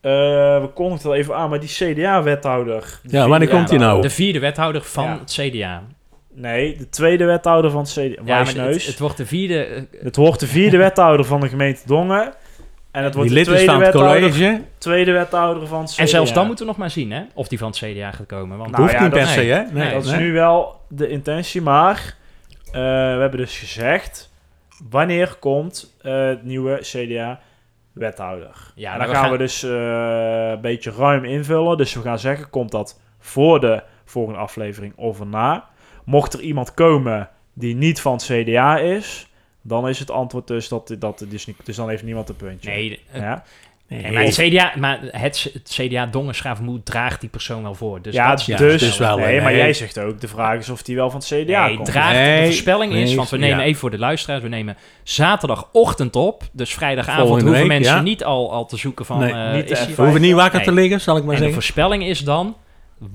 Speaker 3: Eh, we kondigden het al even aan, maar die CDA-wethouder.
Speaker 4: Ja, wanneer komt hij nou?
Speaker 2: De vierde wethouder van
Speaker 3: Ja.
Speaker 2: het CDA.
Speaker 3: Nee, de tweede wethouder van het CDA.
Speaker 2: Ja, maar
Speaker 3: Wijsneus.
Speaker 2: het,
Speaker 3: Het,
Speaker 2: het wordt de vierde... eh, wordt
Speaker 3: wordt de vierde wethouder van de gemeente Dongen. En het wordt
Speaker 4: Die
Speaker 3: de
Speaker 4: lid is
Speaker 3: tweede
Speaker 4: van het
Speaker 3: wethouder,
Speaker 4: college.
Speaker 3: tweede wethouder van het CDA.
Speaker 2: En zelfs dan moeten we nog maar zien, hè? Of die van het CDA gaat komen. Want
Speaker 3: Nou,
Speaker 4: Hoeft
Speaker 3: ja,
Speaker 4: niet
Speaker 3: dat-
Speaker 4: per se, hè?
Speaker 2: nee,
Speaker 3: Dat is
Speaker 4: nee.
Speaker 3: nu wel de intentie, maar eh, we hebben dus gezegd... Wanneer komt eh, het nieuwe CDA-wethouder?
Speaker 2: ja,
Speaker 3: en
Speaker 2: maar
Speaker 3: dan gaan we dus eh, een beetje ruim invullen. Dus we gaan zeggen, komt dat voor de volgende aflevering of erna? Mocht er iemand komen die niet van het CDA is, dan is het antwoord dus dat, dat het dus niet... Dus dan heeft niemand een puntje.
Speaker 2: Nee, de- eh,
Speaker 3: Ja,
Speaker 2: nee, maar het CDA, maar het, het CDA Dongerschaafmoed draagt die persoon wel voor. Dus
Speaker 3: ja
Speaker 2: dat is eh,
Speaker 3: dus...
Speaker 4: ja, dus wel,
Speaker 3: nee,
Speaker 4: nee.
Speaker 3: maar jij zegt ook, de vraag is of die wel van het CDA
Speaker 2: nee,
Speaker 3: komt.
Speaker 2: draagt, de
Speaker 4: Nee,
Speaker 2: voorspelling is,
Speaker 4: nee,
Speaker 2: want we nemen
Speaker 4: ja.
Speaker 2: even voor de luisteraars, we nemen zaterdagochtend op, dus vrijdagavond
Speaker 4: Volgende
Speaker 2: hoeven
Speaker 4: week,
Speaker 2: mensen
Speaker 4: ja.
Speaker 2: niet al, al te zoeken van...
Speaker 4: Nee,
Speaker 2: eh,
Speaker 3: niet
Speaker 2: is hij-
Speaker 3: te ervaren.
Speaker 4: We hoeven niet wakker te
Speaker 2: Nee.
Speaker 4: liggen, zal ik maar
Speaker 2: en de
Speaker 4: zeggen.
Speaker 2: voorspelling is dan,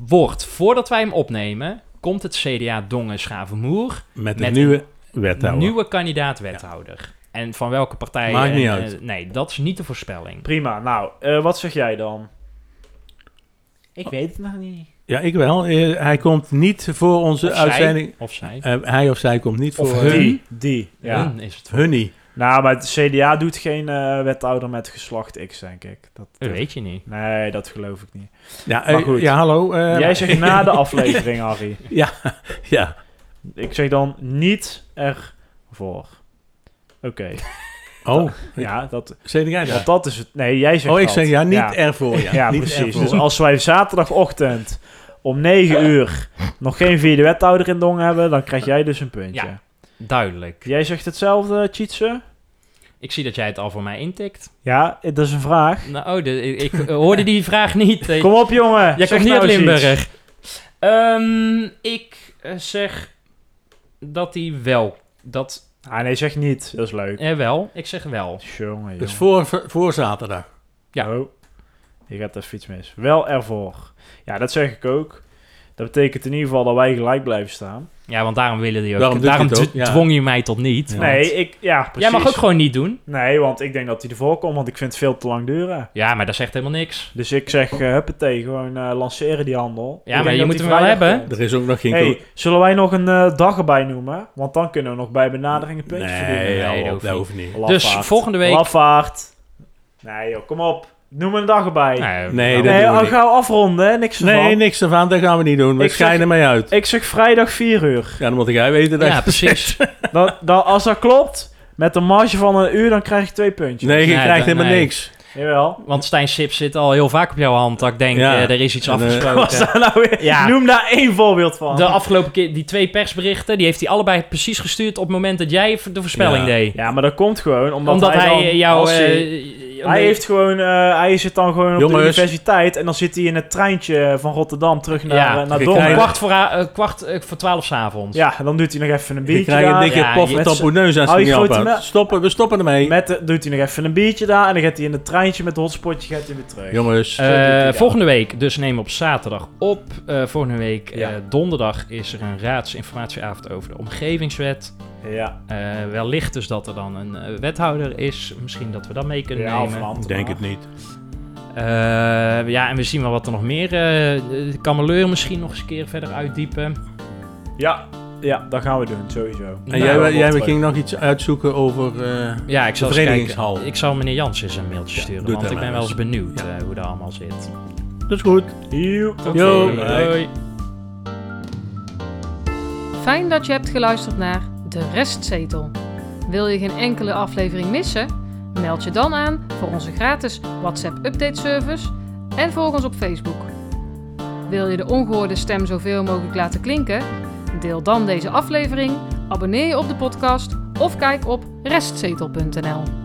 Speaker 2: wordt voordat wij hem opnemen, komt het CDA Dongen-Schavenmoer
Speaker 4: Met de
Speaker 2: met
Speaker 4: nieuwe wethouder.
Speaker 2: nieuwe kandidaat-wethouder. En van welke partij...
Speaker 4: Maakt
Speaker 2: en,
Speaker 4: niet
Speaker 2: eh,
Speaker 4: uit.
Speaker 2: nee, dat is niet de voorspelling.
Speaker 3: Prima, nou, eh, wat zeg jij dan?
Speaker 2: Ik weet het nog niet.
Speaker 4: Ja, ik wel. Eh, hij komt niet voor onze
Speaker 2: Of zij.
Speaker 4: uitzending.
Speaker 2: Of zij.
Speaker 4: Eh, hij of zij komt niet
Speaker 3: Of
Speaker 4: voor...
Speaker 3: hun.
Speaker 4: eh,
Speaker 3: Die. die ja.
Speaker 2: Hun is het voor.
Speaker 4: Hunnie.
Speaker 3: Nou, maar het CDA doet geen eh, wethouder met geslacht X, denk ik. Dat,
Speaker 2: Dat weet je niet.
Speaker 3: Nee, dat geloof ik niet.
Speaker 4: Ja,
Speaker 3: Maar
Speaker 4: eh,
Speaker 3: goed.
Speaker 4: ja hallo. eh,
Speaker 3: Jij zegt na de aflevering, Harry.
Speaker 4: Ja,
Speaker 3: Ik zeg dan niet ervoor. Oké.
Speaker 4: oh,
Speaker 3: Ja, dat,
Speaker 4: zei jij
Speaker 3: want
Speaker 4: dat?
Speaker 3: dat is het. Nee, jij zegt
Speaker 4: Oh, ik
Speaker 3: dat.
Speaker 4: zeg ja, niet
Speaker 3: Ja,
Speaker 4: ervoor. *laughs* Ja,
Speaker 3: Ja,
Speaker 4: niet
Speaker 3: precies.
Speaker 4: ervoor.
Speaker 3: Dus als wij zaterdagochtend om 9 uur nog geen vierde wethouder in Dongen hebben, dan krijg jij dus een puntje.
Speaker 2: Ja. Duidelijk.
Speaker 3: Jij zegt hetzelfde, Tjitse?
Speaker 2: Ik zie dat jij het al voor mij intikt.
Speaker 3: Ja, eh, dat is een vraag.
Speaker 2: Nou, oh, de- ik, ik *laughs* hoorde die vraag niet. Eh,
Speaker 3: Kom op,
Speaker 2: Jij
Speaker 3: jongen. Zeg
Speaker 2: komt niet
Speaker 3: nou
Speaker 2: uit
Speaker 3: eens iets.
Speaker 2: Limburg. Ehm, ik eh, zeg dat hij wel. Dat,
Speaker 3: Ah, nee, zeg niet. Dat is leuk.
Speaker 2: eh, wel. Ik zeg wel.
Speaker 3: Jongen, jongen.
Speaker 4: Dus voor, voor zaterdag.
Speaker 2: ja.
Speaker 3: Oh, je gaat even iets mis. Wel ervoor. Ja, dat zeg ik ook. Dat betekent in ieder geval dat wij gelijk blijven staan.
Speaker 2: Ja, want daarom willen die ook.
Speaker 4: Daarom
Speaker 2: Daarom,
Speaker 4: doet hij het
Speaker 2: dw-
Speaker 4: ook, ja.
Speaker 2: dwong je mij tot niet.
Speaker 4: Ja.
Speaker 2: want-
Speaker 3: Nee, ik... Ja, precies.
Speaker 2: Jij mag ook gewoon niet doen.
Speaker 3: Nee, want ik denk dat hij ervoor komt, want ik vind het veel te lang duren.
Speaker 2: Ja, maar dat zegt helemaal niks.
Speaker 3: Dus ik zeg, eh huppatee, gewoon eh, lanceren die handel.
Speaker 2: Ja, maar
Speaker 3: denk
Speaker 2: je
Speaker 3: dat
Speaker 2: moet
Speaker 3: die
Speaker 2: hem wel
Speaker 3: vrijdag
Speaker 2: hebben.
Speaker 3: komt.
Speaker 4: Er is ook nog geen...
Speaker 3: Hey, zullen wij nog een eh, dag erbij noemen? Want dan kunnen we nog bij benadering een
Speaker 4: nee,
Speaker 3: puntje verdienen.
Speaker 4: hou
Speaker 2: Nee,
Speaker 4: op,
Speaker 2: dat
Speaker 4: dat
Speaker 2: hoeft
Speaker 4: hoeft niet.
Speaker 2: Dus
Speaker 3: Lafaard.
Speaker 2: volgende week.
Speaker 3: Lafaard. Nee joh, kom op. Noem een dag erbij. Nee,
Speaker 2: Nou,
Speaker 4: Nee,
Speaker 2: nou,
Speaker 4: dat- doen we
Speaker 3: al
Speaker 4: niet.
Speaker 3: gauw afronden, hè. Niks ervan.
Speaker 4: Nee, niks ervan, dat gaan we niet doen. We
Speaker 3: Ik zeg-
Speaker 4: schijnen mij uit.
Speaker 3: Ik zeg vrijdag 4 uur.
Speaker 4: Ja, dan moet jij weten *laughs* dat...
Speaker 2: ja, precies.
Speaker 3: Dan, dan, als dat klopt, met een marge van een uur, dan krijg ik twee puntjes.
Speaker 4: Nee, je
Speaker 2: Nee,
Speaker 4: krijgt
Speaker 2: dat-
Speaker 4: helemaal
Speaker 2: nee.
Speaker 4: niks.
Speaker 3: Jawel.
Speaker 2: Want Stijn Sip zit al heel vaak op jouw hand. Dat ik denk,
Speaker 4: Ja.
Speaker 2: eh, er is iets
Speaker 4: En, eh,
Speaker 3: Was
Speaker 2: afgesproken.
Speaker 3: daar nou weer-
Speaker 2: Ja.
Speaker 3: Noem daar één voorbeeld van.
Speaker 2: De afgelopen keer, die twee persberichten, die heeft hij allebei precies gestuurd op het moment dat jij de voorspelling
Speaker 4: Ja.
Speaker 2: deed.
Speaker 3: Ja, maar dat komt gewoon omdat,
Speaker 2: Omdat hij,
Speaker 3: dan-
Speaker 2: eh, jou...
Speaker 3: als hij-
Speaker 2: eh,
Speaker 3: hij heeft gewoon, eh, hij zit dan gewoon op de
Speaker 4: Jongens.
Speaker 3: universiteit en dan zit hij in het treintje van Rotterdam terug naar,
Speaker 2: Ja,
Speaker 3: eh, naar
Speaker 4: ik
Speaker 3: Dongen.
Speaker 4: krijg-
Speaker 2: kwart voor, a- eh, kwart eh, voor twaalf s'avonds.
Speaker 3: Ja, en dan doet hij nog even een
Speaker 4: *laughs* Je
Speaker 3: biertje
Speaker 4: krijgt een
Speaker 3: daar.
Speaker 4: dikke
Speaker 2: Ja,
Speaker 4: pof
Speaker 2: je-
Speaker 4: met tampoeneus als
Speaker 3: Hou
Speaker 4: je
Speaker 3: je
Speaker 4: niet
Speaker 3: grote
Speaker 4: ophoudt.
Speaker 3: mel-
Speaker 4: Stoppen, we stoppen ermee.
Speaker 3: Met de- doet hij nog even een biertje daar en dan gaat hij in het treintje met het hotspotje gaat hij weer terug.
Speaker 4: Jongens,
Speaker 2: Eh,
Speaker 3: doet hij dat.
Speaker 2: volgende week, dus neem op zaterdag op. Eh, volgende week eh,
Speaker 4: Ja.
Speaker 2: donderdag is er een raadsinformatieavond over de omgevingswet.
Speaker 3: Ja,
Speaker 2: Eh, wellicht dus dat er dan een eh, wethouder is. Misschien dat we dat mee kunnen
Speaker 3: ja of
Speaker 2: nemen.
Speaker 3: een
Speaker 4: ik denk het
Speaker 3: ambtenaar.
Speaker 4: niet.
Speaker 2: Eh, ja, en we zien wel wat er nog meer. eh eh, Kameleur misschien nog eens een keer verder uitdiepen.
Speaker 3: Ja, ja, dat gaan we doen, sowieso.
Speaker 4: En
Speaker 2: Nou,
Speaker 4: jij,
Speaker 3: wat
Speaker 4: jij
Speaker 3: leuk.
Speaker 4: ging nog iets uitzoeken over... eh,
Speaker 2: Ja, ik zal
Speaker 4: De
Speaker 2: eens
Speaker 4: verenigingshal.
Speaker 2: kijken. Ik zal meneer Jans eens een mailtje
Speaker 4: Ja,
Speaker 2: sturen,
Speaker 4: doe
Speaker 2: want
Speaker 4: dat
Speaker 2: ik
Speaker 4: maar
Speaker 2: ben wel
Speaker 4: eens.
Speaker 2: eens benieuwd
Speaker 4: Ja.
Speaker 2: eh, hoe dat allemaal zit.
Speaker 4: Dat is goed.
Speaker 3: Joep.
Speaker 4: Yo.
Speaker 2: Oké,
Speaker 4: Bye.
Speaker 2: doei.
Speaker 1: Fijn dat je hebt geluisterd naar De Restzetel. Wil je geen enkele aflevering missen? Meld je dan aan voor onze gratis WhatsApp update service en volg ons op Facebook. Wil je de ongehoorde stem zoveel mogelijk laten klinken? Deel dan deze aflevering, abonneer je op de podcast of kijk op restzetel.nl.